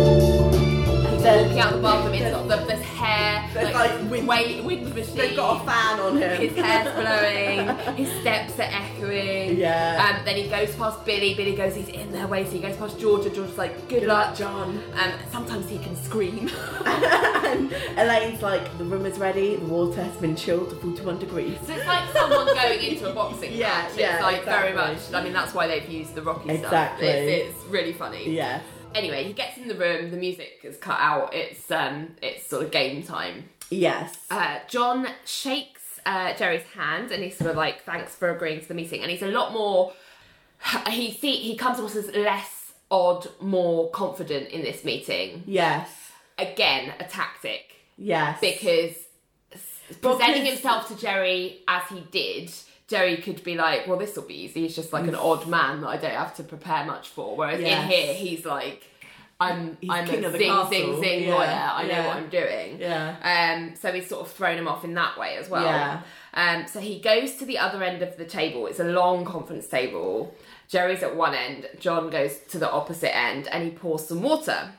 A: He's walking out the bathroom. It's got the, there's hair,
B: There's, like, wind-
A: wind, wind machine.
B: They've got a fan on him.
A: His hair's blowing, his steps are echoing.
B: Yeah.
A: Um, then he goes past Billy. Billy goes, he's in their way. So he goes past Georgia. Georgia's like, good,
B: Good
A: luck,
B: luck, John.
A: Um, sometimes he can scream.
B: and Elaine's like, the room is ready, the water has been chilled to 41 degrees.
A: So it's like someone going into a boxing
B: Yeah,
A: match. It's
B: yeah,
A: like very
B: exactly.
A: much. I mean, that's why they've used the Rocky
B: Exactly.
A: stuff. It's, it's really funny.
B: Yeah.
A: Anyway, he gets in the room. The music is cut out. It's um, it's sort of game time.
B: Yes.
A: Uh, John shakes uh, Jerry's hand and he's sort of like, "Thanks for agreeing to the meeting." And he's a lot more. He see he comes across as less odd, more confident in this meeting.
B: yes.
A: Again, a tactic
B: Yes.
A: because presenting
B: Because-
A: himself to Jerry as he did, Jerry could be like, "Well, this will be easy. He's just like an odd man that I don't have to prepare much for." Whereas
B: Mm. Yes.
A: in here, he's like, "I'm I'm
B: king
A: a
B: of the
A: zing
B: castle.
A: zing zing
B: Yeah,
A: lawyer. I know
B: yeah.
A: what I'm doing."
B: Yeah.
A: Um. So he's sort of thrown him off in that way as well.
B: Yeah.
A: Um. So he goes to the other end of the table. It's a long conference table. Jerry's at one end. John goes to the opposite end, and he pours some water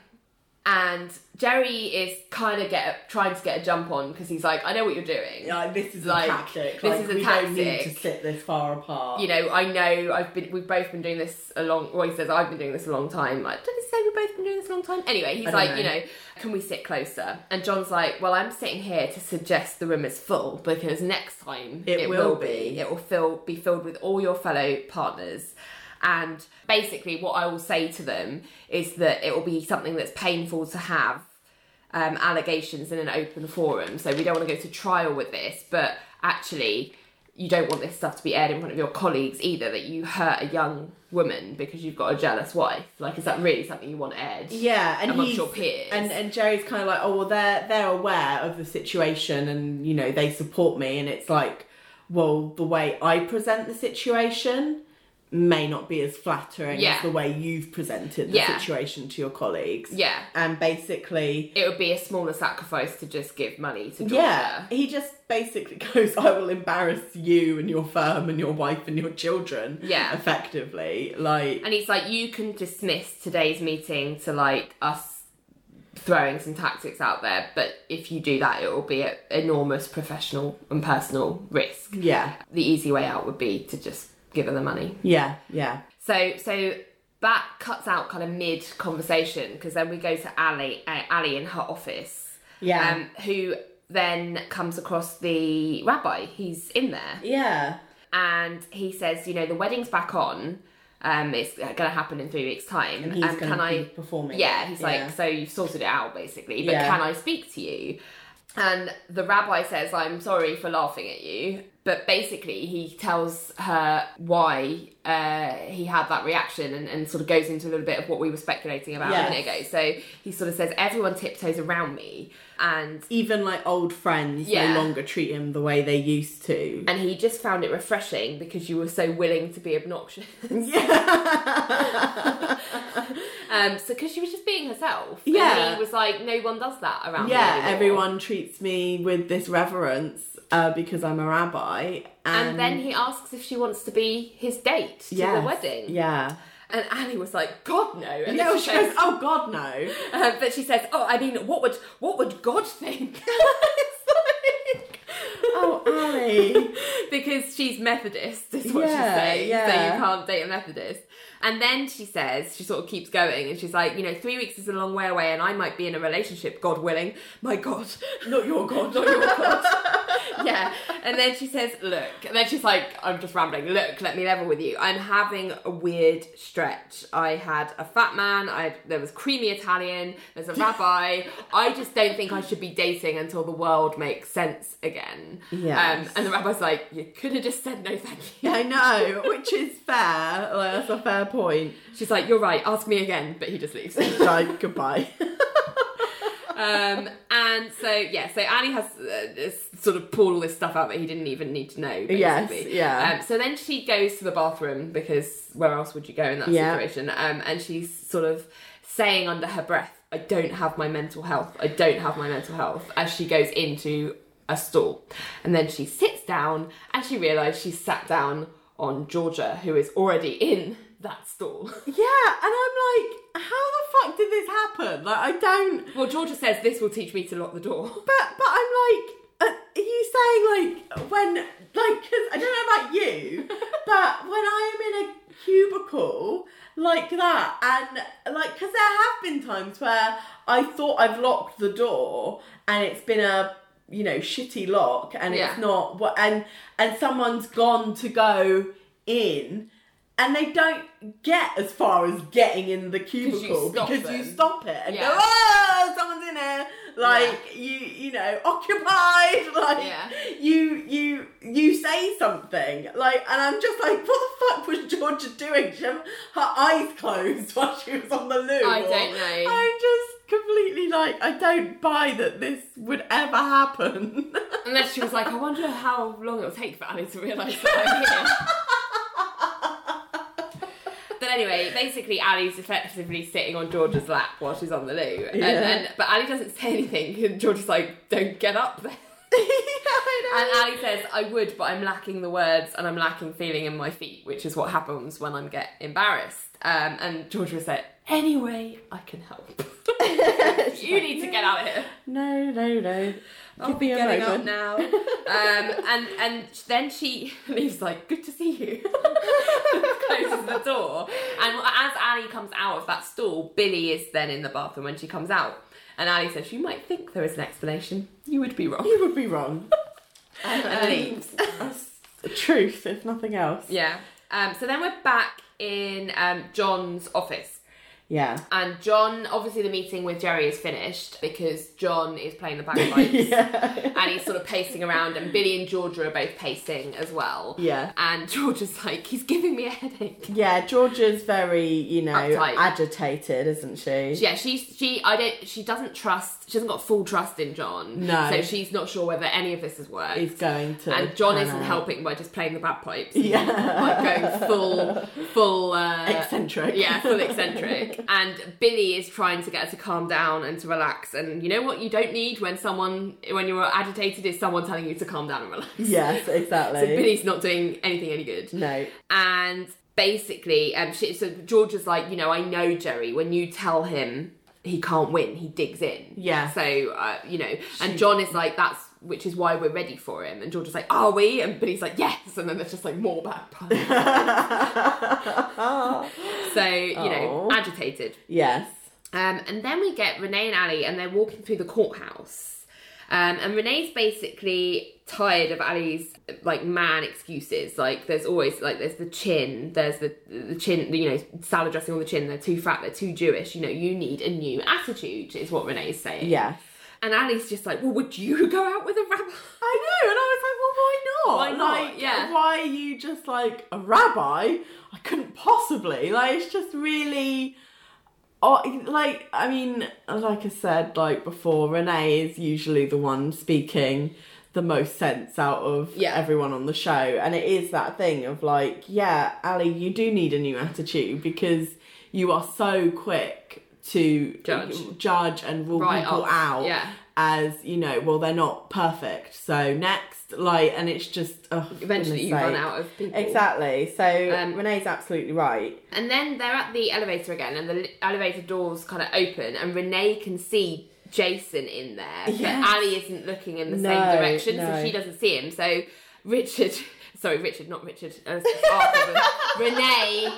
A: and Jerry is kind of get trying to get a jump on because he's like, I know what you're doing.
B: Like this is
A: Like,
B: a tactic.
A: this
B: like,
A: is a
B: we don't need to
A: tactic.
B: sit this far apart.
A: You know, I know I've been. We've both been doing this a long. Roy says I've been doing this a long time. Like, did he say we've both been doing this a long time? Anyway, he's
B: don't
A: like,
B: know.
A: you know, can we sit closer? And John's like, well, I'm sitting here to suggest the room is full because next time
B: It will be.
A: It will fill be filled with all your fellow partners. And basically, what I will say to them is that it will be something that's painful to have um, allegations in an open forum. So we don't want to go to trial with this, but actually, you don't want this stuff to be aired in front of your colleagues either. That you hurt a young woman because you've got a jealous wife. Like, is that really something you want aired?
B: yeah, and
A: amongst
B: he's,
A: your peers.
B: and and Jerry's kind of like, oh well, they're they're aware of the situation, and you know they support me, and it's like, well, the way I present the situation may not be as flattering
A: Yeah.
B: as the way you've presented the
A: Yeah.
B: situation to your colleagues.
A: Yeah.
B: and basically,
A: It would be a smaller sacrifice to just give money to Georgia.
B: Yeah, he just basically goes, "I will embarrass you and your firm and your wife and your children."
A: Yeah.
B: effectively, like
A: And he's like, you can dismiss today's meeting to like us throwing some tactics out there, but if you do that, it will be at enormous professional and personal risk.
B: yeah,
A: The easy way out would be to just give her the money.
B: yeah, yeah,
A: So, so that cuts out kind of mid conversation because then we go to Ali, uh, Ali in her office,
B: yeah,
A: um, who then comes across the rabbi. He's in there
B: yeah,
A: and he says, you know, the wedding's back on. Um, it's going to happen in three weeks' time.
B: And he's
A: um,
B: gonna
A: can
B: be
A: I
B: performing
A: Yeah,
B: it,
A: he's
B: yeah.
A: like, so you've sorted it out basically, but
B: Yeah.
A: can I speak to you? And the rabbi says, I'm sorry for laughing at you. But basically, he tells her why uh, he had that reaction and, and sort of goes into a little bit of what we were speculating about a minute ago.
B: Yes.
A: So he sort of says, Everyone tiptoes around me. And
B: Even like old friends
A: Yeah.
B: no longer treat him the way they used to.
A: and he just found it refreshing because you were so willing to be obnoxious. um, so because she was just being herself. And
B: Yeah.
A: he was like, no one does that around. me
B: Yeah,
A: anymore."
B: everyone treats me with this reverence uh, because I'm a rabbi, and,
A: And then he asks if she wants to be his date to
B: Yes,
A: the wedding.
B: Yeah.
A: And Annie was like, God no. And then
B: No, she goes,
A: says,
B: oh God, no.
A: uh, but she says, oh, I mean, what would what would God think? It's like-
B: Oh, Ali.
A: because she's Methodist, is what
B: Yeah,
A: she's saying. So
B: yeah.
A: you can't date a Methodist. And then she says, she sort of keeps going, and she's like, you know, three weeks is a long way away, and I might be in a relationship, God willing. My God, not your God, not your God. yeah. And then she says, look, and then she's like, I'm just rambling. Look, let me level with you. I'm having a weird stretch. I had a fat man. I there was creamy Italian. There's a rabbi. I just don't think I should be dating until the world makes sense again.
B: Yes.
A: Um, and the rabbi's like, you could have just said no, thank you.
B: I know, which is fair. Like, that's a fair point.
A: She's like, you're right. Ask me again, but he just leaves.
B: Like, goodbye.
A: um, and so yeah, so Annie has uh, this- sort of pulled all this stuff out that he didn't even need to know. Basically.
B: Yes, yeah.
A: Um, so then she goes to the bathroom because where else would you go in that
B: Yeah.
A: situation? Um, and she's sort of saying under her breath, "I don't have my mental health. I don't have my mental health." As she goes into a stall, and then she sits down and she realises she's sat down on Georgia, who is already in that stall.
B: Yeah, and I'm like, how the fuck did this happen? Like, I don't.
A: Well, Georgia says this will teach me to lock the door.
B: But but I'm like, uh, are you saying like when like 'cause I don't know about you, but when I am in a cubicle like that, and like because there have been times where I thought I've locked the door and it's been a you know shitty lock and
A: Yeah.
B: it's not what and and someone's gone to go in. And they don't get as far as getting in the cubicle
A: stop
B: because you
A: them.
B: stop it and
A: Yeah.
B: go, oh, someone's in here. Like you, you know, occupied. Like
A: Yeah.
B: you, you, you say something. Like, and I'm just like, what the fuck was Georgia doing? She had her eyes closed while she was on the loo.
A: I
B: or-
A: don't know.
B: I'm just completely like, I don't buy that this would ever happen.
A: Unless she was like, I wonder how long it'll take for Ali to realise that I'm here. but anyway, basically, Ali's effectively sitting on George's lap while she's on the loo. And,
B: Yeah.
A: and, but Ali doesn't say anything, and George's like, don't get up then.
B: Yeah, I
A: And
B: know.
A: Ali says, I would, but I'm lacking the words and I'm lacking feeling in my feet, which is what happens when I am get embarrassed. Um, and Georgia said, Anyway, I can help. you need to get out of here.
B: No, no, no. Give
A: I'll be
B: me a
A: getting up
B: moment.
A: now. Um, and and then she leaves like, good to see you. Closes the door. And as Ali comes out of that stall, Billy is then in the bathroom when she comes out. And Ali says, You might think there is an explanation. You would be wrong. Um,
B: You would be wrong.
A: And leaves.
B: Truth, if nothing else.
A: Yeah. Um, so then we're back in um, John's office.
B: Yeah.
A: And John, obviously, the meeting with Jerry is finished because John is playing the bagpipes.
B: Yeah.
A: and he's sort of pacing around, and Billy and Georgia are both pacing as well.
B: Yeah.
A: And Georgia's like, he's giving me a headache.
B: Yeah, Georgia's very, you know,
A: Uptight.
B: agitated, isn't she?
A: Yeah, she she I don't she doesn't trust she hasn't got full trust in John.
B: No.
A: So she's not sure whether any of this has worked.
B: He's going to.
A: and John
B: pan
A: isn't
B: out.
A: helping by just playing the bagpipes.
B: Yeah.
A: Like going full full uh
B: Eccentric.
A: Yeah, full eccentric. and Billy is trying to get her to calm down and to relax. And you know what you don't need when someone when you're agitated is someone telling you to calm down and relax.
B: Yes, exactly.
A: So Billy's not doing anything any good.
B: No.
A: And basically, um, she, so George is like, you know, I know Jerry. When you tell him he can't win, he digs in.
B: Yeah.
A: So uh, you know, and John is like, that's which is why we're ready for him. And George is like, are we? And Billy's like, yes. And then there's just like more bad puns. so you know,
B: Oh.
A: agitated.
B: Yes.
A: Um, and then we get Renee and Ali, and they're walking through the courthouse. Um, and Renee's basically tired of Ali's like man excuses. Like there's always like there's the chin, there's the the chin, you know, salad dressing on the chin. They're too fat, they're too Jewish. You know, you need a new attitude, is what Renee's saying.
B: Yes.
A: And Ali's just like, well, would you go out with a rabbi?
B: I know, and I was like, well, why not?
A: Why not?
B: Like,
A: Yeah.
B: Why are you just like a rabbi? I couldn't possibly. Like, it's just really. Oh, like I mean, like I said, like before, Renee is usually the one speaking the most sense out of
A: Yeah.
B: everyone on the show, and it is that thing of like, yeah, Ali, you do need a new attitude because you are so quick to
A: Judge.
B: judge and rule
A: Right
B: people
A: off,
B: out
A: yeah.
B: as you know well they're not perfect so next like and it's just oh, for
A: Eventually
B: goodness
A: you run
B: sake.
A: out of people.
B: exactly so
A: Um,
B: renee's absolutely right
A: And then they're at the elevator again, and the li- elevator doors kind of open, and Renee can see Jason in there,
B: Yes.
A: but Ali isn't looking in the
B: No,
A: same direction,
B: no.
A: so she doesn't see him. So Richard, sorry, Richard, not Richard, uh, it's our problem. Renee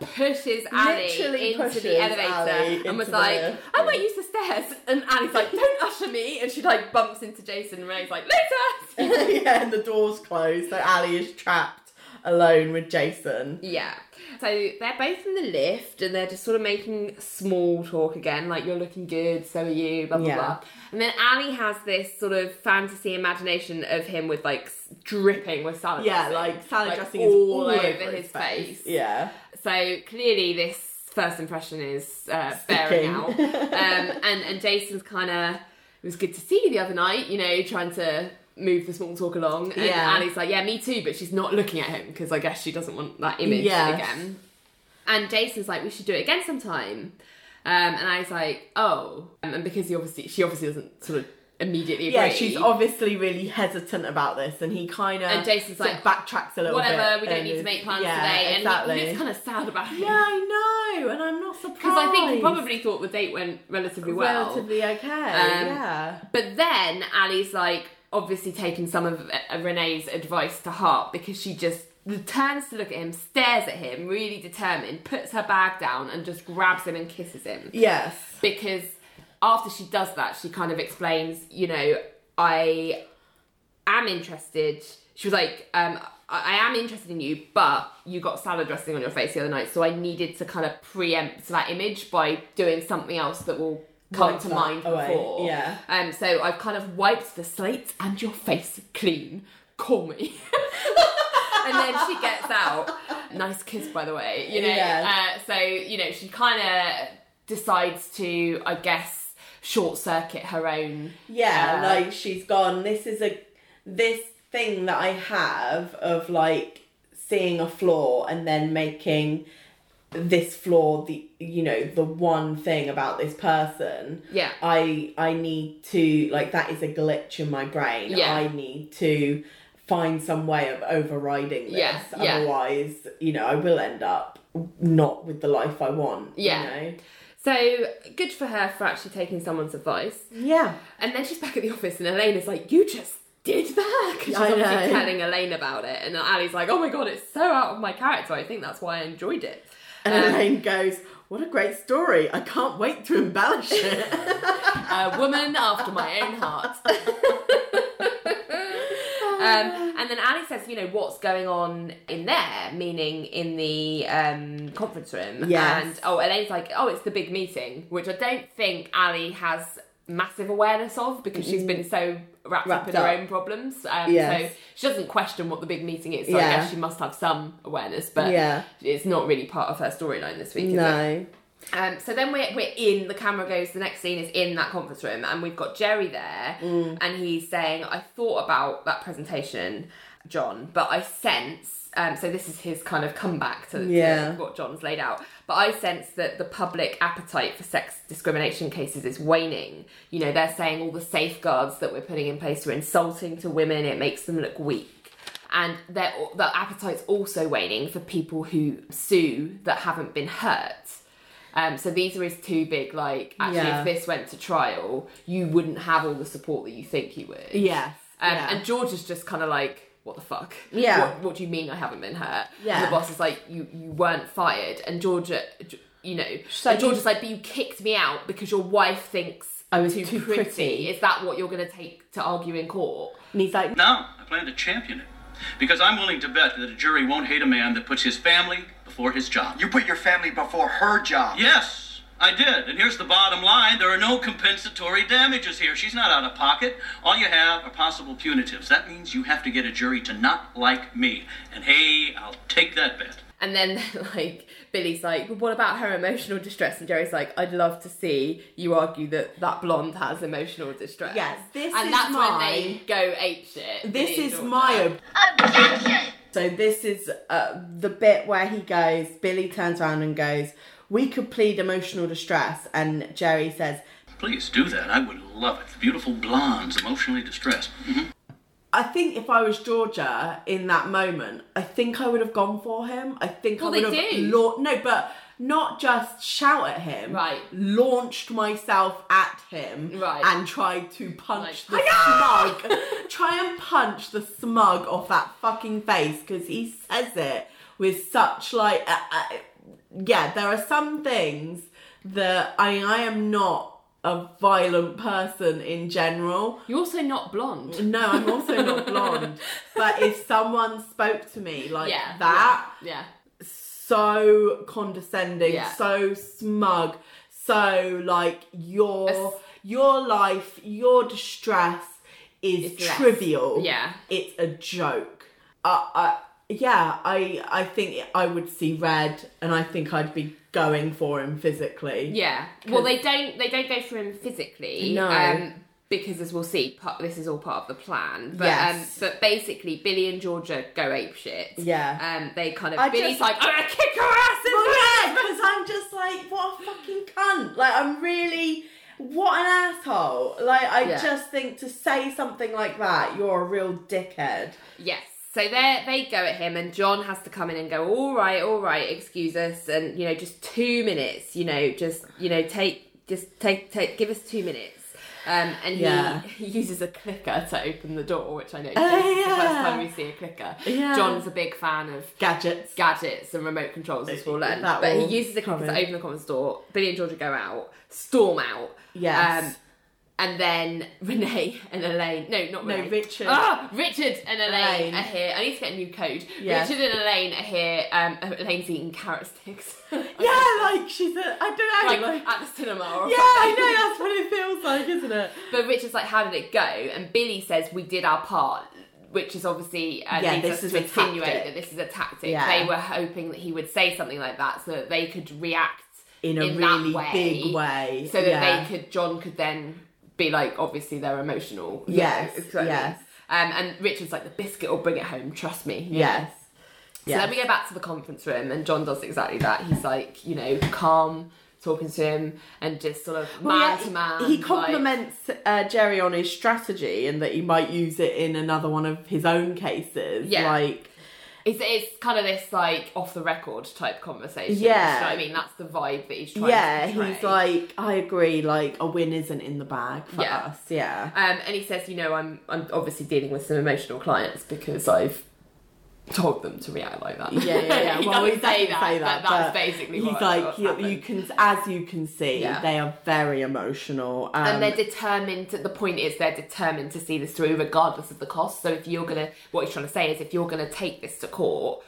A: pushes Ali
B: Literally
A: into
B: pushes
A: the elevator
B: Ali
A: and was
B: into
A: like,
B: the-
A: "I won't use the stairs," and Ali's like, "Don't usher me," and she like bumps into Jason. And Renee's like, "Later."
B: yeah and the doors closed so ali is trapped alone with jason
A: Yeah. So they're both in the lift and they're just sort of making small talk again, like you're looking good, so are you, blah blah
B: Yeah.
A: blah. And then Ali has this sort of fantasy imagination of him with like s- dripping with salad
B: yeah
A: dressing.
B: like salad dressing
A: all,
B: is all
A: over, his face.
B: yeah
A: So clearly this first impression is uh, bearing
B: Sticking.
A: out. Um, and and Jason's kind of it was good to see you the other night, you know, trying to move the small talk along. And
B: Yeah.
A: Ali's like, yeah, me too, but she's not looking at him because I guess she doesn't want that image
B: Yes.
A: again. And Jason's like, we should do it again sometime. Um, and I was like, oh, Um, and because he obviously she obviously doesn't sort of immediately agree.
B: yeah, she's obviously really hesitant about this, and he kind of
A: And Jason's
B: sort
A: like,
B: of backtracks a little bit.
A: whatever. We don't
B: and
A: need to
B: is-
A: make plans
B: yeah,
A: today.
B: Exactly.
A: And he, he's kind of sad about it.
B: yeah, I know, and I'm not surprised
A: Because I think he probably thought the date went relatively well.
B: relatively okay.
A: Um,
B: yeah.
A: But then Ali's like obviously taking some of uh, Renee's advice to heart because she just turns to look at him, stares at him, really determined, puts her bag down and just grabs him and kisses him.
B: Yes.
A: Because after she does that, she kind of explains, you know, I am interested. She was like, um, I I am interested in you, but you got salad dressing on your face the other night, so I needed to kind of preempt that image by doing something else that will come
B: Wipe
A: to
B: that
A: mind
B: away,
A: before.
B: yeah.
A: Um, so I've kind of wiped the slate and your face clean. Call me. and then she gets out. Nice kiss, by the way. You know.
B: Yeah.
A: Uh, so you know she kind of decides to, I guess, short circuit her own.
B: Yeah,
A: uh,
B: like she's gone. This is a this thing that I have of like seeing a flaw and then making this flaw the you know the one thing about this person.
A: Yeah.
B: I I need to like that is a glitch in my brain.
A: Yeah.
B: I need to find some way of overriding this.
A: Yeah, yeah.
B: Otherwise, you know, I will end up not with the life I want.
A: Yeah.
B: You know?
A: So good for her for actually taking someone's advice.
B: Yeah.
A: And then she's back at the office, and Elena's like, "You just did that," because she's
B: I
A: obviously
B: know.
A: telling Elaine about it. And Ali's like, "Oh my god, it's so out of my character. I think that's why I enjoyed it."
B: And
A: Um,
B: Elaine goes, What a great story. I can't wait to embellish it.
A: a woman after my own heart. um, and then Ali says, you know, what's going on in there, meaning in the um, conference room.
B: Yes.
A: And oh, Elaine's like, oh, it's the big meeting, which I don't think Ali has massive awareness of because she's been so wrapped, up
B: Wrapped
A: in her
B: up.
A: own problems. Um,
B: Yes.
A: So she doesn't question what the big meeting is. So I
B: Yeah.
A: guess she must have some awareness, but
B: Yeah.
A: it's not really part of her storyline this week. is it?
B: no.
A: Um, so then we're, we're in, the camera goes, the next scene is in that conference room, and we've got Jerry there, and he's saying, I thought about that presentation, John, but I sense, um, so this is his kind of comeback to, to
B: Yeah.
A: what John's laid out, but I sense that the public appetite for sex discrimination cases is waning. You know, they're saying all the safeguards that we're putting in place are insulting to women, it makes them look weak and their the appetite's also waning for people who sue that haven't been hurt. Um, so these are his two big like. Actually,
B: Yeah.
A: if this went to trial, you wouldn't have all the support that you think you would.
B: Yes.
A: Um,
B: yeah.
A: And George is just kind of like, what the fuck?
B: Yeah.
A: What, what do you mean I haven't been hurt?
B: Yeah.
A: And the boss is like, you, you weren't fired. And George, uh, G- you know,
B: like,
A: and George
B: you-
A: is like, but you kicked me out because your wife thinks
B: I was too pretty.
A: Is that what you're going to take to argue in court?
B: and he's like,
D: No, I plan to champion it. Because I'm willing to bet that a jury won't hate a man that puts his family before his job.
E: You put your family before her job.
D: Yes, I did. And here's the bottom line there are no compensatory damages here. She's not out of pocket. All you have are possible punitives. That means you have to get a jury to not like me. And hey, I'll take that bet.
A: And then like Billy's like, but what about her emotional distress? And Jerry's like, I'd love to see you argue that that blonde has emotional distress.
B: Yes, this
A: and
B: is
A: that's when
B: my-
A: they go ape shit.
B: This
A: Billy and
B: is
A: George.
B: my ob-
F: Objection!
B: So this is uh, the bit where he goes. Billy turns around and goes, "We could plead emotional distress," and Jerry says,
D: Please do that. I would love it. The beautiful blondes, emotionally distressed.
B: "I think if I was Georgia in that moment, I think I would have gone for him. I think
A: Well,
B: I would
A: they
B: have
A: do.
B: lau- no, but not just shout at him.
A: Right.
B: launched myself at him.
A: Right.
B: and tried to punch
A: Like,
B: the smug. Try and punch the smug off that fucking face because he says it with such like." Uh, uh, yeah, there are some things that I I am not a violent person in general.
A: You're also not blonde.
B: No, I'm also not blonde. But if someone spoke to me like
A: Yeah.
B: that,
A: Yeah.
B: so condescending,
A: Yeah.
B: so smug, so like your
A: As-
B: your life, your distress is
A: It's less.
B: trivial.
A: Yeah.
B: It's a joke. Uh, uh, yeah, I I think I would see red and I think I'd be going for him physically.
A: Yeah. Well, they don't. They don't go for him physically.
B: No.
A: Um, because as we'll see, part, this is all part of the plan. But
B: Yes.
A: um, but basically, Billy and Georgia go ape shit.
B: Yeah.
A: Um, they kind of.
B: I
A: Billy's
B: just-
A: like, I'm gonna kick her ass in
B: Well, yeah, because I'm just like, what a fucking cunt. Like, I'm really, what an asshole. Like, I
A: Yeah.
B: just think to say something like that, you're a real dickhead.
A: Yes. So there they go at him, and John has to come in and go, all right, all right, excuse us, and you know, just two minutes, you know, just you know, take, just take, take, give us two minutes. Um, and he,
B: Yeah. Oh,
A: he uses a clicker to open the door, which I know
B: yeah.
A: the first time we see a clicker.
B: Yeah.
A: John's a big fan of
B: Gadgets.
A: gadgets and remote controls, as we'll learn.
B: That
A: But he
B: will
A: uses a clicker
B: come
A: to
B: in.
A: open the conference door. Billy and Georgia go out, storm out. Um,
B: Yes.
A: and then Renee and Elaine, no, not
B: No,
A: Renee.
B: Richard.
A: Ah, Richard and Elaine,
B: Elaine.
A: are here. I need to get a new code.
B: Yes.
A: Richard and Elaine are here. Um, Elaine's eating carrot sticks.
B: yeah, like, she's a, I don't
A: like
B: know. Like,
A: at the cinema. Or
B: yeah, I know, that's what it feels like, isn't it?
A: But Richard's like, "How did it go?" And Billy says, "We did our part," which is obviously uh,
B: Yeah,
A: leads
B: this
A: us
B: is
A: to
B: a
A: insinuate
B: tactic.
A: that this is a tactic.
B: Yeah.
A: They were hoping that he would say something like that so that they could react
B: In a
A: that
B: really big way,
A: so that they
B: yeah.
A: could. John could then be like, obviously they're emotional. you
B: Yes,
A: know, so-
B: yes.
A: Um, and Richard's like, "The biscuit will bring it home. Trust me." you know.
B: Yes.
A: So then we go back to the conference room, and John does exactly that. He's like, you know, calm, talking to him, and just sort of
B: Well,
A: man
B: yeah,
A: to man.
B: He
A: like-
B: compliments uh, Jerry on his strategy and that he might use it in another one of his own cases.
A: Yeah.
B: Like,
A: It's, it's kind of this like off the record type conversation.
B: Yeah.
A: you know what I mean that's the vibe that he's trying.
B: yeah,
A: to portray.
B: he's like, I agree. Like a win isn't in the bag for
A: Yeah.
B: us. Yeah,
A: Um, and he says, you know, I'm I'm obviously dealing with some emotional clients because I've told them to react like that.
B: yeah, yeah. yeah.
A: he
B: well,
A: doesn't
B: he doesn't
A: say that, but that's basically
B: he's
A: what-
B: like,
A: what's
B: you,
A: happened.
B: you can, as you can see,
A: Yeah.
B: they are very emotional. Um,
A: and they're determined. The point is, they're determined to see this through, regardless of the cost. So if you're gonna, what he's trying to say is, if you're gonna take this to court,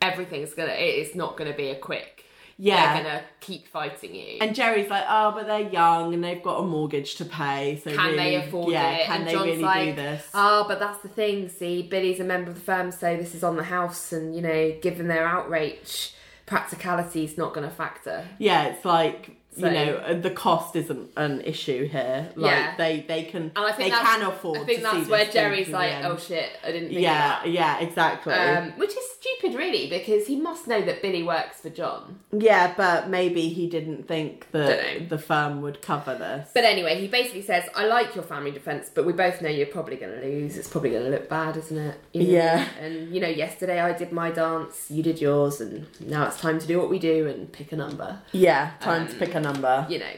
A: everything's gonna. It's not gonna be a quick.
B: Yeah.
A: they're gonna keep fighting you.
B: And Jerry's like, oh, but they're young and they've got a mortgage to pay. So
A: can
B: really,
A: they afford
B: yeah,
A: it?
B: Can
A: and
B: they
A: John's
B: really
A: like,
B: do this?
A: Ah, but that's the thing. See, Billy's a member of the firm, so this is on the house, and you know, given their outrage, practicality is not going to factor.
B: yeah, it's like
A: So-
B: you know uh, the cost isn't an issue here. Like
A: Yeah.
B: they they can
A: And I think
B: they
A: that's,
B: can afford.
A: I think
B: to see
A: that's
B: this
A: where
B: through
A: Jerry's
B: to the
A: like,
B: end.
A: oh shit, I didn't. Think
B: yeah,
A: Of that.
B: yeah, exactly.
A: Um, which is stupid, really, because he must know that Billy works for John.
B: yeah, but maybe he didn't think
A: Dunno.
B: that the firm would cover this.
A: But anyway, he basically says, "I like your family defense, but we both know you're probably going to lose. It's probably going to look bad, isn't it? You know?
B: Yeah.
A: And you know, yesterday I did my dance, you did yours, and now it's time to do what we do and pick a number.
B: yeah, time to pick a number.
A: You know.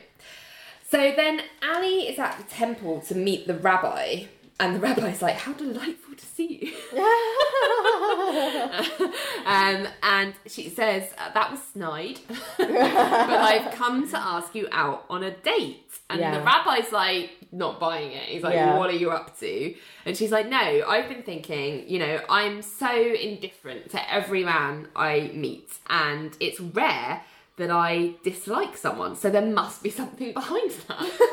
A: So then Ali is at the temple to meet the rabbi, and the rabbi's like, "How delightful to see you." Um, and she says, uh, That was snide, but I've come to ask you out on a date. And
B: Yeah.
A: the rabbi's like, Not buying it. He's like,
B: Yeah.
A: What are you up to? And she's like, No, I've been thinking, you know, I'm so indifferent to every man I meet, and it's rare that I dislike someone, so there must be something behind that.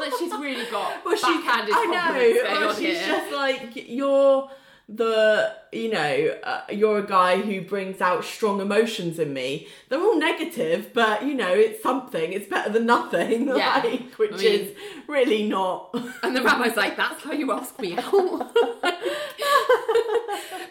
A: Like she's really got
B: Well, she,
A: backhanded
B: I
A: compliments
B: know.
A: going
B: Well,
A: on
B: she's
A: here.
B: just like you're the you know uh, you're a guy who brings out strong emotions in me. They're all negative, but you know it's something. It's better than nothing.
A: Yeah.
B: like, which
A: I mean-
B: is really not.
A: And the rabbi's like, that's how you ask me out. but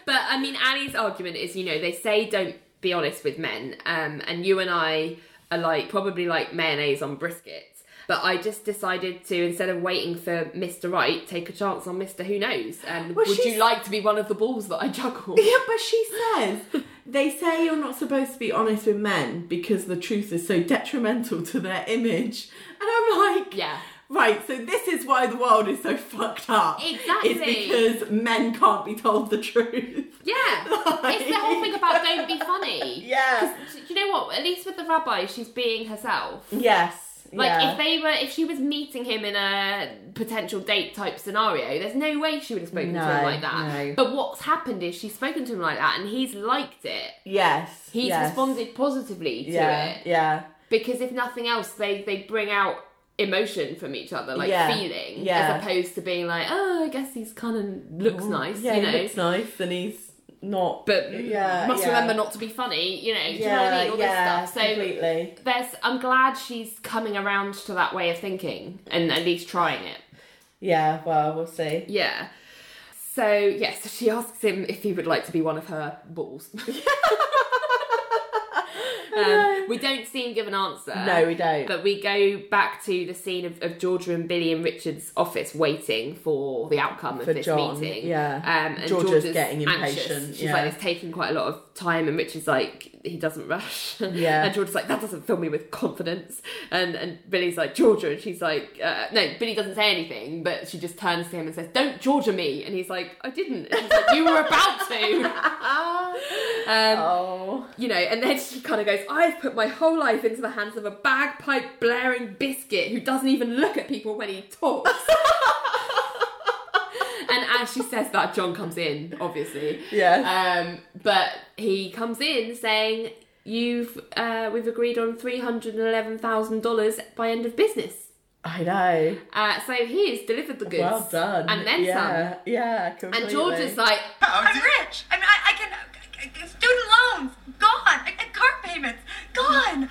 A: I mean, Annie's argument is, you know, they say don't be honest with men, um, and you and I are like probably like mayonnaise on brisket. But I just decided to instead of waiting for Mr. Right, take a chance on Mr. Who knows. And
B: Well,
A: would
B: she's-
A: you like to be one of the balls that I juggle?
B: yeah, but she says they say you're not supposed to be honest with men because the truth is so detrimental to their image, and I'm like,
A: Yeah.
B: Right, so this is why the world is so fucked up.
A: Exactly.
B: It's because men can't be told the truth.
A: Yeah, it's the whole thing about don't be funny.
B: Yeah.
A: Do you know what? At least with the rabbi, she's being herself.
B: Yes.
A: Like
B: yeah.
A: if they were, if she was meeting him in a potential date type scenario, there's no way she would have spoken to him
B: No,
A: like that.
B: no.
A: But what's happened is she's spoken to him like that, and he's liked it.
B: yes.
A: He's
B: yes.
A: responded positively to
B: Yeah.
A: it
B: Yeah.
A: because if nothing else, they they bring out emotion from each other, like
B: Yeah,
A: feeling,
B: yeah.
A: as opposed to being like, oh, I guess he's kind of looks nice,
B: Yeah.
A: you
B: he
A: know.
B: looks nice, and he's not.
A: But
B: Yeah,
A: must
B: yeah.
A: remember not to be funny, you know. Do you know what I
B: yeah.
A: mean? All
B: yeah.
A: this stuff. So
B: completely.
A: there's, I'm glad she's coming around to that way of thinking and at least trying it.
B: Yeah. Well, we'll see.
A: Yeah. So yes, she asks him if he would like to be one of her balls. um, we don't see him give an answer.
B: No, we don't.
A: But we go back to the scene of, of Georgia and Billy in Richard's office waiting for the outcome
B: For
A: of this
B: John,
A: meeting.
B: yeah.
A: Um, and
B: Georgia's
A: Georgia's,
B: getting
A: anxious.
B: impatient,
A: She's
B: yeah.
A: like, it's taking quite a lot of time, and Richard's like, he doesn't rush.
B: Yeah.
A: and Georgia's like, that doesn't fill me with confidence. And and Billy's like, Georgia, and she's like, uh, no, Billy doesn't say anything, but she just turns to him and says, don't Georgia me. And he's like, I didn't. And she's like, you were about to. Um,
B: Oh.
A: you know, and then she kind of goes, I've put my whole life into the hands of a bagpipe blaring biscuit who doesn't even look at people when he talks. and as she says that, John comes in, obviously.
B: Yes.
A: Um, but he comes in saying, You've uh, we've agreed on three hundred and eleven thousand dollars by end of business.
B: I know.
A: Uh, so he has delivered the goods.
B: Well done.
A: And then some.
B: yeah. Yeah. Completely.
A: And George is like,
G: How
C: I'm rich. I mean, I, I can. I- I- Student loans gone. I- I- Car payments gone.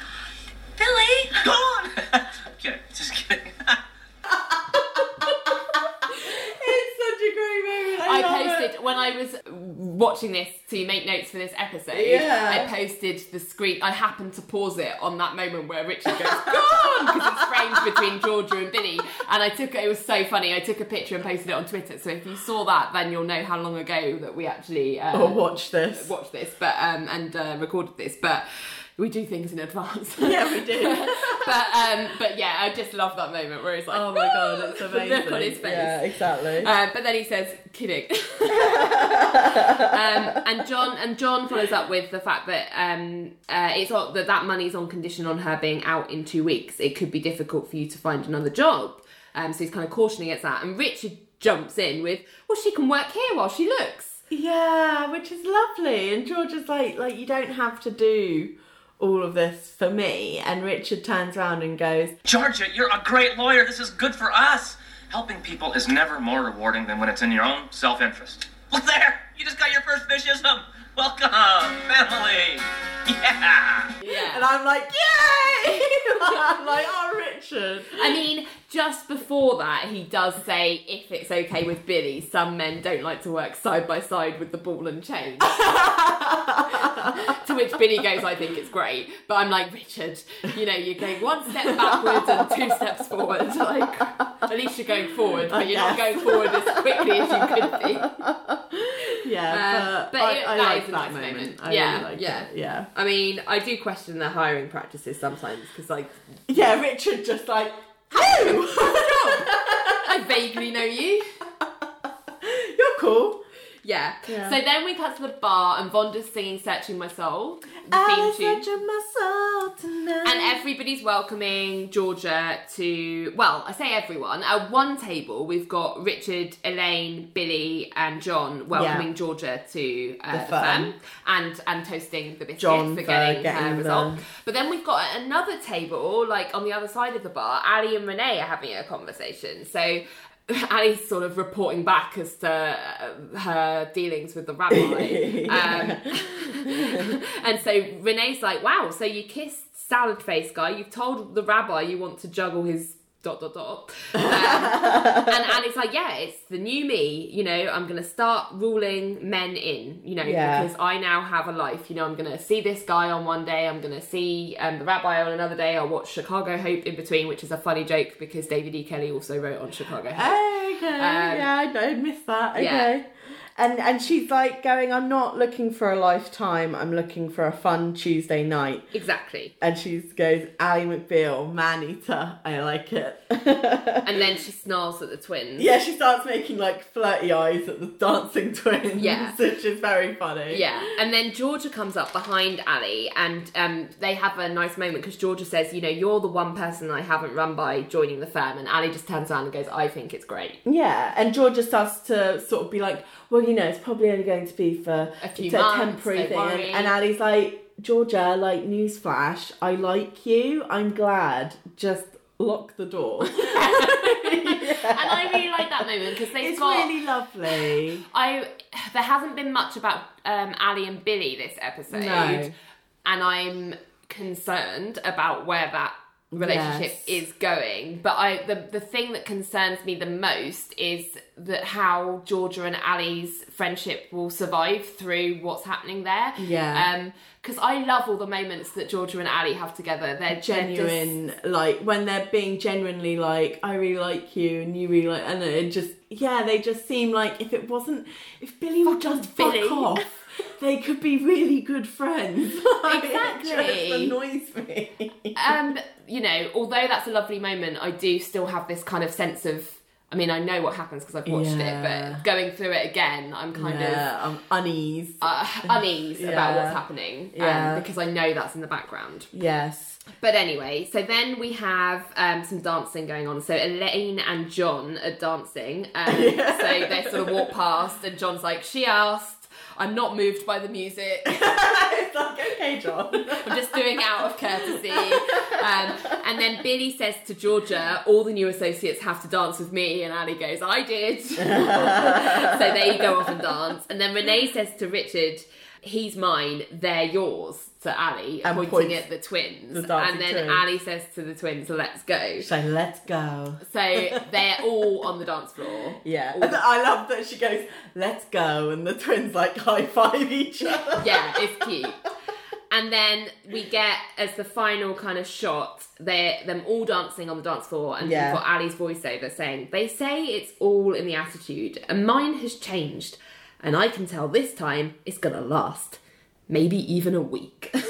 C: Billy.
D: Gone! okay, just kidding.
B: It's such a great moment. I,
A: I
B: love it.
A: posted when I was watching this to make notes for this episode.
B: Yeah.
A: I posted the screen. I happened to pause it on that moment where Richard goes, "Gone!" because it's fresh exchange between Georgia and Billy, and I took it was so funny. I took a picture and posted it on Twitter. So if you saw that, then you'll know how long ago that we actually uh,
B: Or Oh, watch this.
A: watched this, but um, and uh, recorded this, but. We do things in advance.
B: Yeah, we do.
A: but um, but yeah, I just love that moment where he's like,
B: Oh my god, it's
A: the
B: amazing.
A: Look on his face.
B: Yeah, exactly.
A: Uh, but then he says, kidding. um, and John and John follows up with the fact that um, uh, it's all, that that money's on condition on her being out in two weeks. It could be difficult for you to find another job. Um, so he's kind of cautioning against that. And Richard jumps in with, well, she can work here while she looks.
B: yeah, which is lovely. And George is like, like you don't have to do all of this for me. And Richard turns around and goes,
D: Georgia, you're a great lawyer. This is good for us. Helping people is never more rewarding than when it's in your own self interest. Look there! You just got your first fishism! Welcome, family! Yeah!
A: Yeah.
B: and I'm like, yay! I'm like, oh, Richard.
A: I mean, just before that, he does say if it's okay with Billy, some men don't like to work side by side with the ball and chain. to which Billy goes, I think it's great. But I'm like, Richard, you know, you're going one step backwards and two steps forward. Like, at least you're going forward, but you're not going forward as quickly as you could be.
B: Yeah,
A: Uh,
B: but,
A: but
B: I,
A: it-
B: I
A: that
B: like
A: is a
B: that
A: nice
B: moment.
A: moment.
B: I
A: Yeah,
B: really like
A: yeah.
B: it. Yeah.
A: I mean, I do question their hiring practices sometimes because, like,
B: Yeah, Richard just like, you!
A: I vaguely know you.
B: You're cool.
A: Yeah.
B: Yeah.
A: So then we cut to the bar and Vonda's singing Searching My Soul, the
B: I'm
A: theme tune.
B: Ah, searching my soul tonight.
A: And everybody's welcoming Georgia to, well, I say everyone. At one table, we've got Richard, Elaine, Billy, and John welcoming
B: Yeah.
A: Georgia to uh, the,
B: The
A: firm.
B: firm.
A: and and toasting the biscuit
B: John
A: for
B: for
A: getting, her
B: getting the-
A: result. But then we've got at another table, like on the other side of the bar, Ali and Renee are having a conversation. So Ali's sort of reporting back as to uh, her dealings with the rabbi. um, and so Renee's like, wow, so you kissed salad face guy, you've told the rabbi you want to juggle his dot dot dot. Um, and Ali's like, yeah, it's the new me, you know, I'm going to start ruling men in, you know,
B: Yeah.
A: because I now have a life. You know, I'm going to see this guy on one day, I'm going to see um, the rabbi on another day, I'll watch Chicago Hope in between, which is a funny joke because David E. Kelly also wrote on Chicago Hope.
B: Okay,
A: Um,
B: yeah, I don't miss that. Okay. And and she's like going, I'm not looking for a lifetime, I'm looking for a fun Tuesday night.
A: Exactly.
B: And she goes, Ally McBeal, man eater, I like it.
A: And then she snarls at the twins.
B: yeah, she starts making like flirty eyes at the dancing twins.
A: Yeah.
B: Which is very funny.
A: Yeah, and then Georgia comes up behind Ali, and um, they have a nice moment because Georgia says, "You know, you're the one person I haven't run by joining the firm," and Ali just turns around and goes, "I think it's great."
B: Yeah, and Georgia starts to sort of be like, well, you know, it's probably only going to be for
A: A few
B: it's a
A: months,
B: temporary
A: don't
B: thing. And,
A: worry.
B: and Ali's like, Georgia, like, newsflash, I like you. I'm glad. Just lock the door.
A: And I really like that moment because they've
B: It's
A: got
B: really lovely.
A: I there hasn't been much about um, Ali and Billy this episode,
B: No.
A: and I'm concerned about where that relationship
B: Yes.
A: is going. But I the the thing that concerns me the most is that how Georgia and Ali's friendship will survive through what's happening there.
B: Yeah.
A: Um, because I love all the moments that Georgia and Ali have together. They're genuine.
B: Genuine, like when they're being genuinely like, I really like you, and you really like, and it just, yeah, they just seem like if it wasn't, if Billy would just
A: Billy.
B: fuck off, they could be really good friends. Like, It
A: Exactly.
B: just annoys me.
A: um, you know, although that's a lovely moment, I do still have this kind of sense of. I mean, I know what happens because I've watched it,
B: Yeah.
A: but going through it again, I'm kind of
B: yeah, um, unease.
A: uh, unease about
B: Yeah.
A: what's happening um,
B: Yeah.
A: because I know that's in the background.
B: yes.
A: But anyway, so then we have um, some dancing going on. So Elaine and John are dancing. Um, So they sort of walk past, and John's like, "She asked, I'm not moved by the music."
B: it's like, okay, John.
A: I'm just doing out of courtesy. Um, and then Billy says to Georgia, all the new associates have to dance with me. And Ali goes, I did. so they go off and dance. And then Renee says to Richard, he's mine, they're yours, to Ali,
B: And
A: pointing
B: points
A: at the twins.
B: the
A: and
B: dancing
A: then
B: twins.
A: Ali says to the twins, let's go.
B: So let's go.
A: So they're all on the dance floor.
B: Yeah.
A: All-
B: I love that she goes, let's go. And the twins like high five each other.
A: yeah, it's cute. And then we get as the final kind of shot, they them all dancing on the dance floor, and
B: Yeah.
A: you've got Ali's voiceover saying, "They say it's all in the attitude, and mine has changed, and I can tell this time it's gonna last, maybe even a week."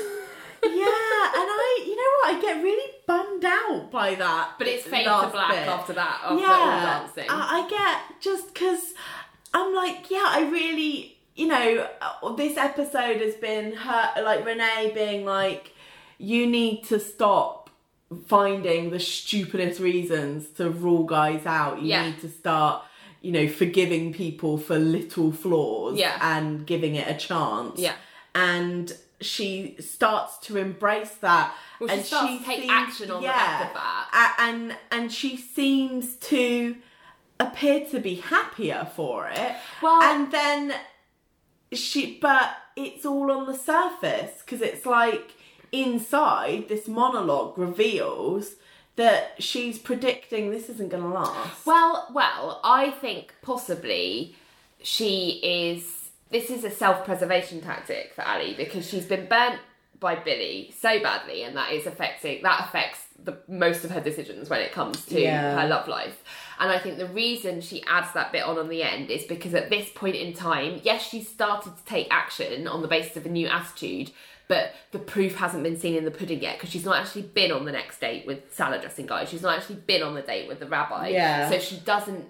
B: Yeah, and I, you know what, I get really bummed out by that.
A: but it's fade to
B: last
A: black
B: bit.
A: after that, after all dancing.
B: I, I get just because I'm like, yeah, I really, you know, uh, this episode has been her, like Renee being like, you need to stop finding the stupidest reasons to rule guys out. You
A: Yeah.
B: need to start, you know, forgiving people for little flaws
A: Yeah.
B: and giving it a chance.
A: Yeah.
B: And she starts to embrace that.
A: Well, she
B: and
A: starts to take action on the back of that.
B: A- and and she seems to appear to be happier for it.
A: Well-
B: and then she, but it's all on the surface because it's like inside this monologue reveals that she's predicting this isn't going to last.
A: Well, well, I think possibly she is. This is a self preservation tactic for Ali because she's been burnt by Billy so badly, and that is affecting. That affects the most of her decisions when it comes to
B: Yeah.
A: her love life. And I think the reason she adds that bit on on the end is because at this point in time, yes, she started to take action on the basis of a new attitude, but the proof hasn't been seen in the pudding yet because she's not actually been on the next date with salad dressing guy. She's not actually been on the date with the rabbi.
B: Yeah.
A: So she doesn't.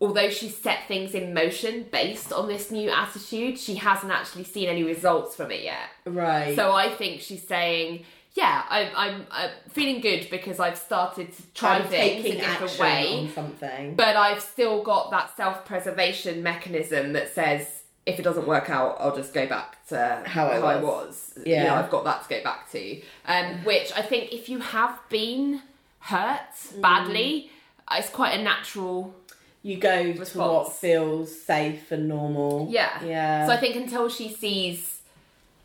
A: Although she set things in motion based on this new attitude, she hasn't actually seen any results from it yet.
B: right.
A: So I think she's saying, yeah, I'm, I'm, i feeling good because I've started to try things a different way,
B: something.
A: but I've still got that self preservation mechanism that says, if it doesn't work out, I'll just go back to
B: How I
A: I
B: was.
A: was.
B: Yeah.
A: You know, I've got that to go back to. Um, which I think if you have been hurt
B: Mm.
A: badly, it's quite a natural
B: you go to what
A: Response.
B: feels safe and normal.
A: Yeah.
B: Yeah.
A: So I think until she sees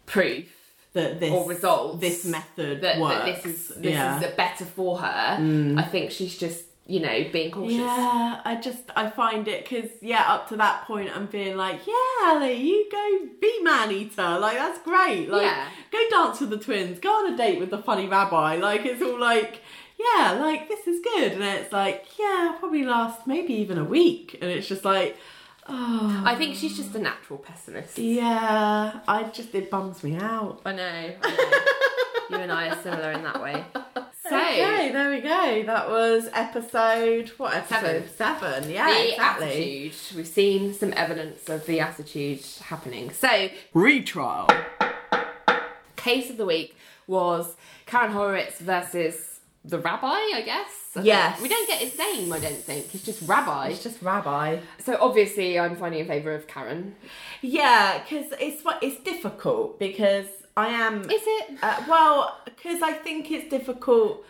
A: proof
B: that this
A: or results
B: this method
A: that,
B: works.
A: that this is this
B: yeah. Mm.
A: is better for her, I think she's just you know being cautious.
B: yeah, I just I find it because yeah, up to that point I'm feeling like yeah, Ali, you go be man eater, like that's great, like
A: Yeah.
B: go dance with the twins, go on a date with the funny rabbi, like it's all like yeah, like this is good, and then it's like yeah, probably last maybe even a week, and it's just like oh
A: I think she's just a natural pessimist.
B: yeah, I just it bums me out.
A: I know. I know. you and I are similar in that way. So
B: Okay, there we go. That was episode what
A: Seven.
B: episode seven? Yeah,
A: the
B: exactly.
A: attitude. We've seen some evidence of the attitude happening. So
B: Retrial.
A: case of the week was Karen Horowitz versus the rabbi, I guess. I
B: Yes.
A: think- We don't get his name, I don't think. He's just rabbi.
B: It's just rabbi.
A: So obviously, I'm finding in favour of Karen.
B: Yeah, because it's what it's difficult because I am.
A: Is it?
B: Uh, well, because I think it's difficult.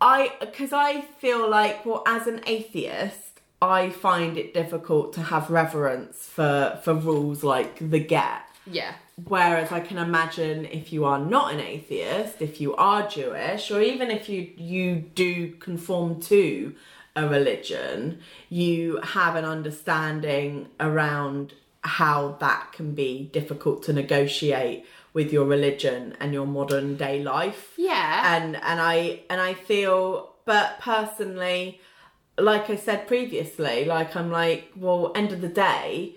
B: I because I feel like well, as an atheist, I find it difficult to have reverence for for rules like the get.
A: Yeah.
B: Whereas I can imagine if you are not an atheist, if you are Jewish, or even if you you do conform to a religion, you have an understanding around how that can be difficult to negotiate with your religion and your modern day life.
A: Yeah.
B: And and I and I feel but personally like I said previously, like I'm like, well, end of the day,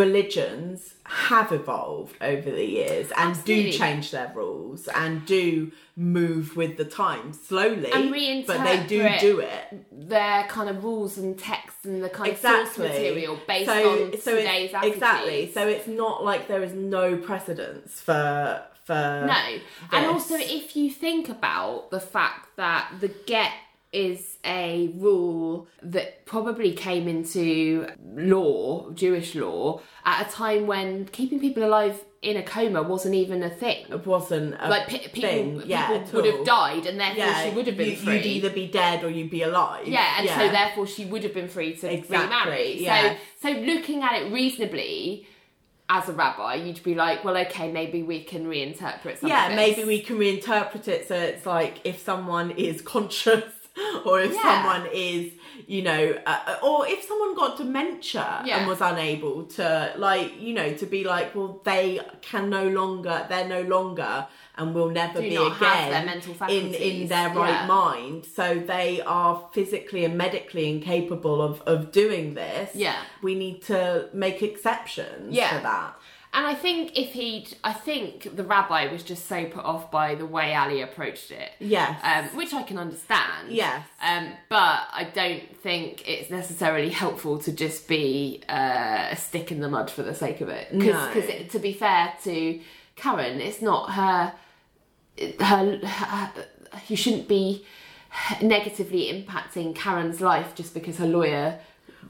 B: religions have evolved over the years and do
A: Absolutely.
B: change their rules and do move with the time slowly.
A: And
B: but they do
A: reinterpret
B: do it.
A: Their kind of rules and texts and the kind of
B: Exactly.
A: source material based on
B: so it's-
A: today's attitude.
B: Exactly. So it's not like there is no precedence for for
A: No. And
B: this.
A: also, if you think about the fact that the get is a rule that probably came into law, Jewish law, at a time when keeping people alive in a coma wasn't even a thing.
B: it wasn't a
A: Like pe- people,
B: thing. yeah, at
A: people would
B: all.
A: have died, and therefore she would have been
B: you,
A: free.
B: would either be dead or you'd be alive.
A: Yeah, and so therefore she would have been free to
B: Exactly,
A: remarry.
B: yeah.
A: So, so looking at it reasonably, as a rabbi, you'd be like, well, okay, maybe we can reinterpret. Some
B: yeah,
A: of this.
B: maybe we can reinterpret it so it's like if someone is conscious or if
A: Yeah.
B: someone is, you know, uh, or if someone got dementia
A: Yeah.
B: and was unable to, like, you know, to be like, well, they can no longer, they're no longer, and will never
A: Do
B: be
A: not
B: again
A: have their mental
B: in in
A: faculties.
B: their right
A: Yeah.
B: mind. So they are physically and medically incapable of of doing this.
A: Yeah.
B: we need to make exceptions
A: Yeah.
B: for that.
A: And I think if he'd, I think the rabbi was just so put off by the way Ali approached it.
B: Yes.
A: Um, which I can understand.
B: Yes.
A: Um, but I don't think it's necessarily helpful to just be uh, a stick in the mud for the sake of it.
B: No.
A: Because to be fair to Karen, it's not her. Her, her you shouldn't be negatively impacting Karen's life just because her lawyer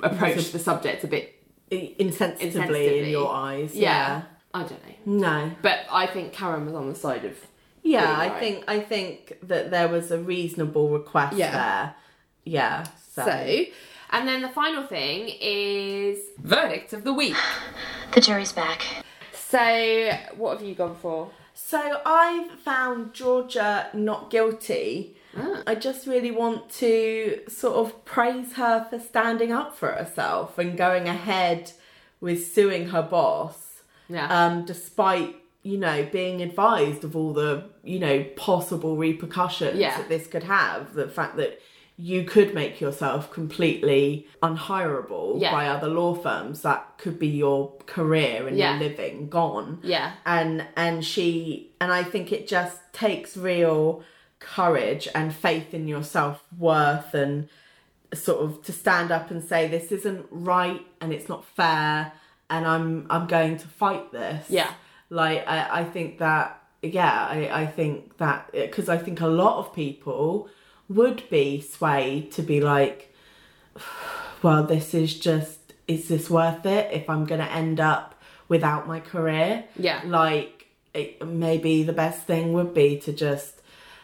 A: approached the subject a bit
B: insensitively, in
A: Insensitively.
B: your eyes.
A: Yeah. I don't know.
B: No.
A: But I think Karen was on the side of.
B: Yeah,
A: Being
B: I
A: right.
B: think I think that there was a reasonable request
A: Yeah.
B: there. Yeah. So.
A: So, and then the final thing is verdict of the week.
C: The jury's back.
A: So, what have you gone for?
B: So I've found Georgia not guilty.
A: Ah.
B: I just really want to sort of praise her for standing up for herself and going ahead with suing her boss.
A: Yeah.
B: um, despite you know being advised of all the you know possible repercussions
A: Yeah.
B: that this could have the fact that you could make yourself completely unhirable
A: Yeah.
B: by other law firms that could be your career and
A: Yeah.
B: your living gone
A: Yeah.
B: and and she and i think it just takes real courage and faith in your self-worth and sort of to stand up and say this isn't right and it's not fair and i'm i'm going to fight this
A: Yeah.
B: like i, I think that yeah i, I think that because i think a lot of people would be swayed to be like well this is just is this worth it if i'm going to end up without my career
A: Yeah.
B: like it, maybe the best thing would be to just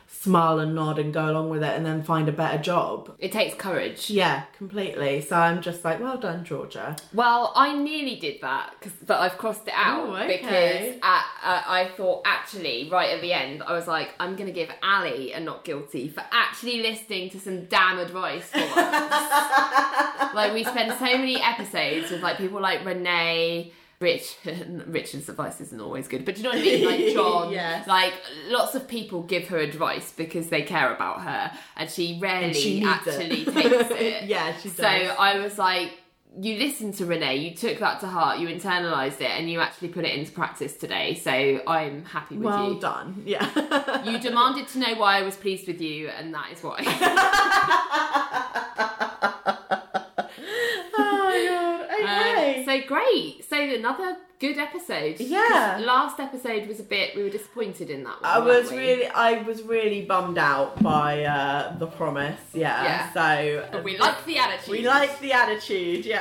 B: smile and nod and go along with it and then find a better job
A: It takes courage.
B: yeah, completely. So I'm just like, well done, Georgia.
A: Well, I nearly did that, 'cause- but I've crossed it out
B: Oh, okay.
A: because at, uh, I thought actually, right at the end, I was like, I'm going to give Ali a not guilty for actually listening to some damn advice for us. like, we spend so many episodes with like people like Renee. Rich, Richard's advice isn't always good, but do you know what I mean? Like John,
B: Yes.
A: like lots of people give her advice because they care about her, and she rarely
B: she needs it.
A: actually takes it.
B: Yeah, she
A: So
B: does.
A: I was like, you listened to Renee, you took that to heart, you internalized it, and you actually put it into practice today. So I'm happy with
B: Well
A: you. Oh
B: done. Yeah.
A: You demanded to know why I was pleased with you, and that is why.
B: oh my god.
A: Um, so great. So another good episode.
B: Yeah.
A: 'Cause Last episode was a bit. We were disappointed in that one.
B: I
A: weren't
B: was
A: we?
B: really, I was really bummed out by uh, the promise. Yeah.
A: Yeah.
B: So
A: But we like the attitude.
B: we like the attitude.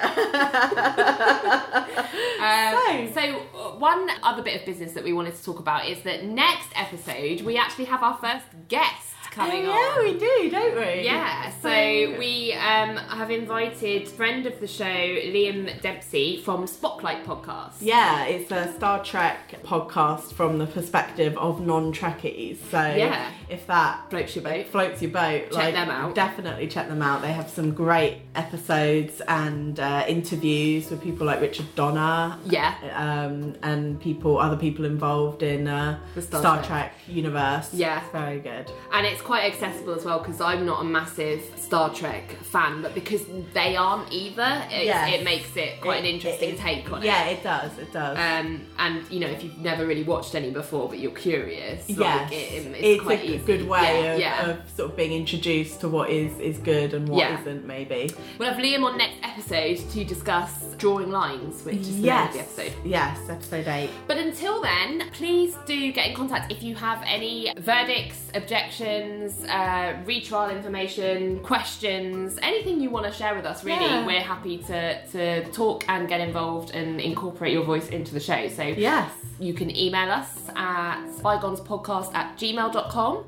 B: Yeah.
A: Um,
B: So-
A: so, uh, one other bit of business that we wanted to talk about is that next episode we actually have our first guest coming
B: yeah,
A: on.
B: we do, don't we?
A: Yeah, so we um, have invited friend of the show Liam Dempsey from Spotlight Podcast.
B: Yeah, it's a Star Trek podcast from the perspective of non-Trekkies. So
A: Yeah.
B: if that
A: Floats your boat.
B: floats your boat, check
A: them out.
B: Definitely check them out. They have some great episodes and uh, interviews with people like Richard Donner.
A: Yeah.
B: Um, and people, other people involved in uh,
A: The
B: Star,
A: Star
B: Trek.
A: Trek.
B: universe.
A: Yeah.
B: It's very good.
A: And it's quite accessible as well because I'm not a massive Star Trek fan, but because they aren't either, it,
B: Yes.
A: it makes it quite an interesting take on
B: Yeah,
A: it.
B: it does. It does.
A: Um, and you know, if you've never really watched any before, but you're curious, like,
B: yes,
A: it-
B: it's,
A: it's, quite
B: a
A: easy.
B: good way
A: Yeah,
B: of,
A: yeah.
B: of sort of being introduced to what is is good and what
A: Yeah.
B: not Maybe
A: We'll have Liam on next episode to discuss drawing lines, which is the name of
B: yes,
A: the episode.
B: yes, episode eight.
A: But until then, please do get in contact if you have any verdicts, objections, uh, retrial information, questions, anything you want to share with us. Really,
B: Yeah.
A: we're happy to to talk and get involved and incorporate your voice into the show. So
B: Yes.
A: you can email us at bygonespodcast at gmail.com.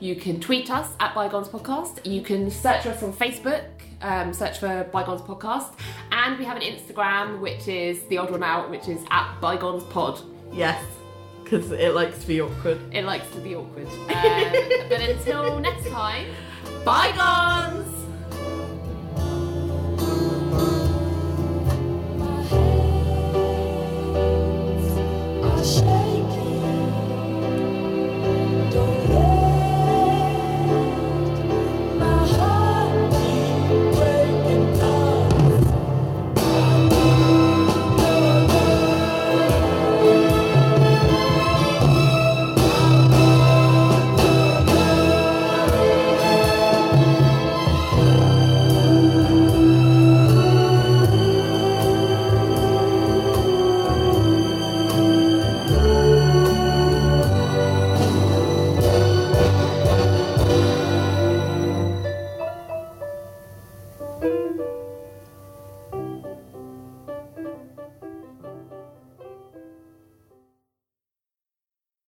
A: You can tweet us at Bygones Podcast. You can search us on Facebook, um, search for Bygones Podcast. And we have an Instagram, which is the odd one out, which is at Bygones Pod.
B: Yes, because it likes to be awkward.
A: It likes to be awkward. Um, but until next time, Bygones!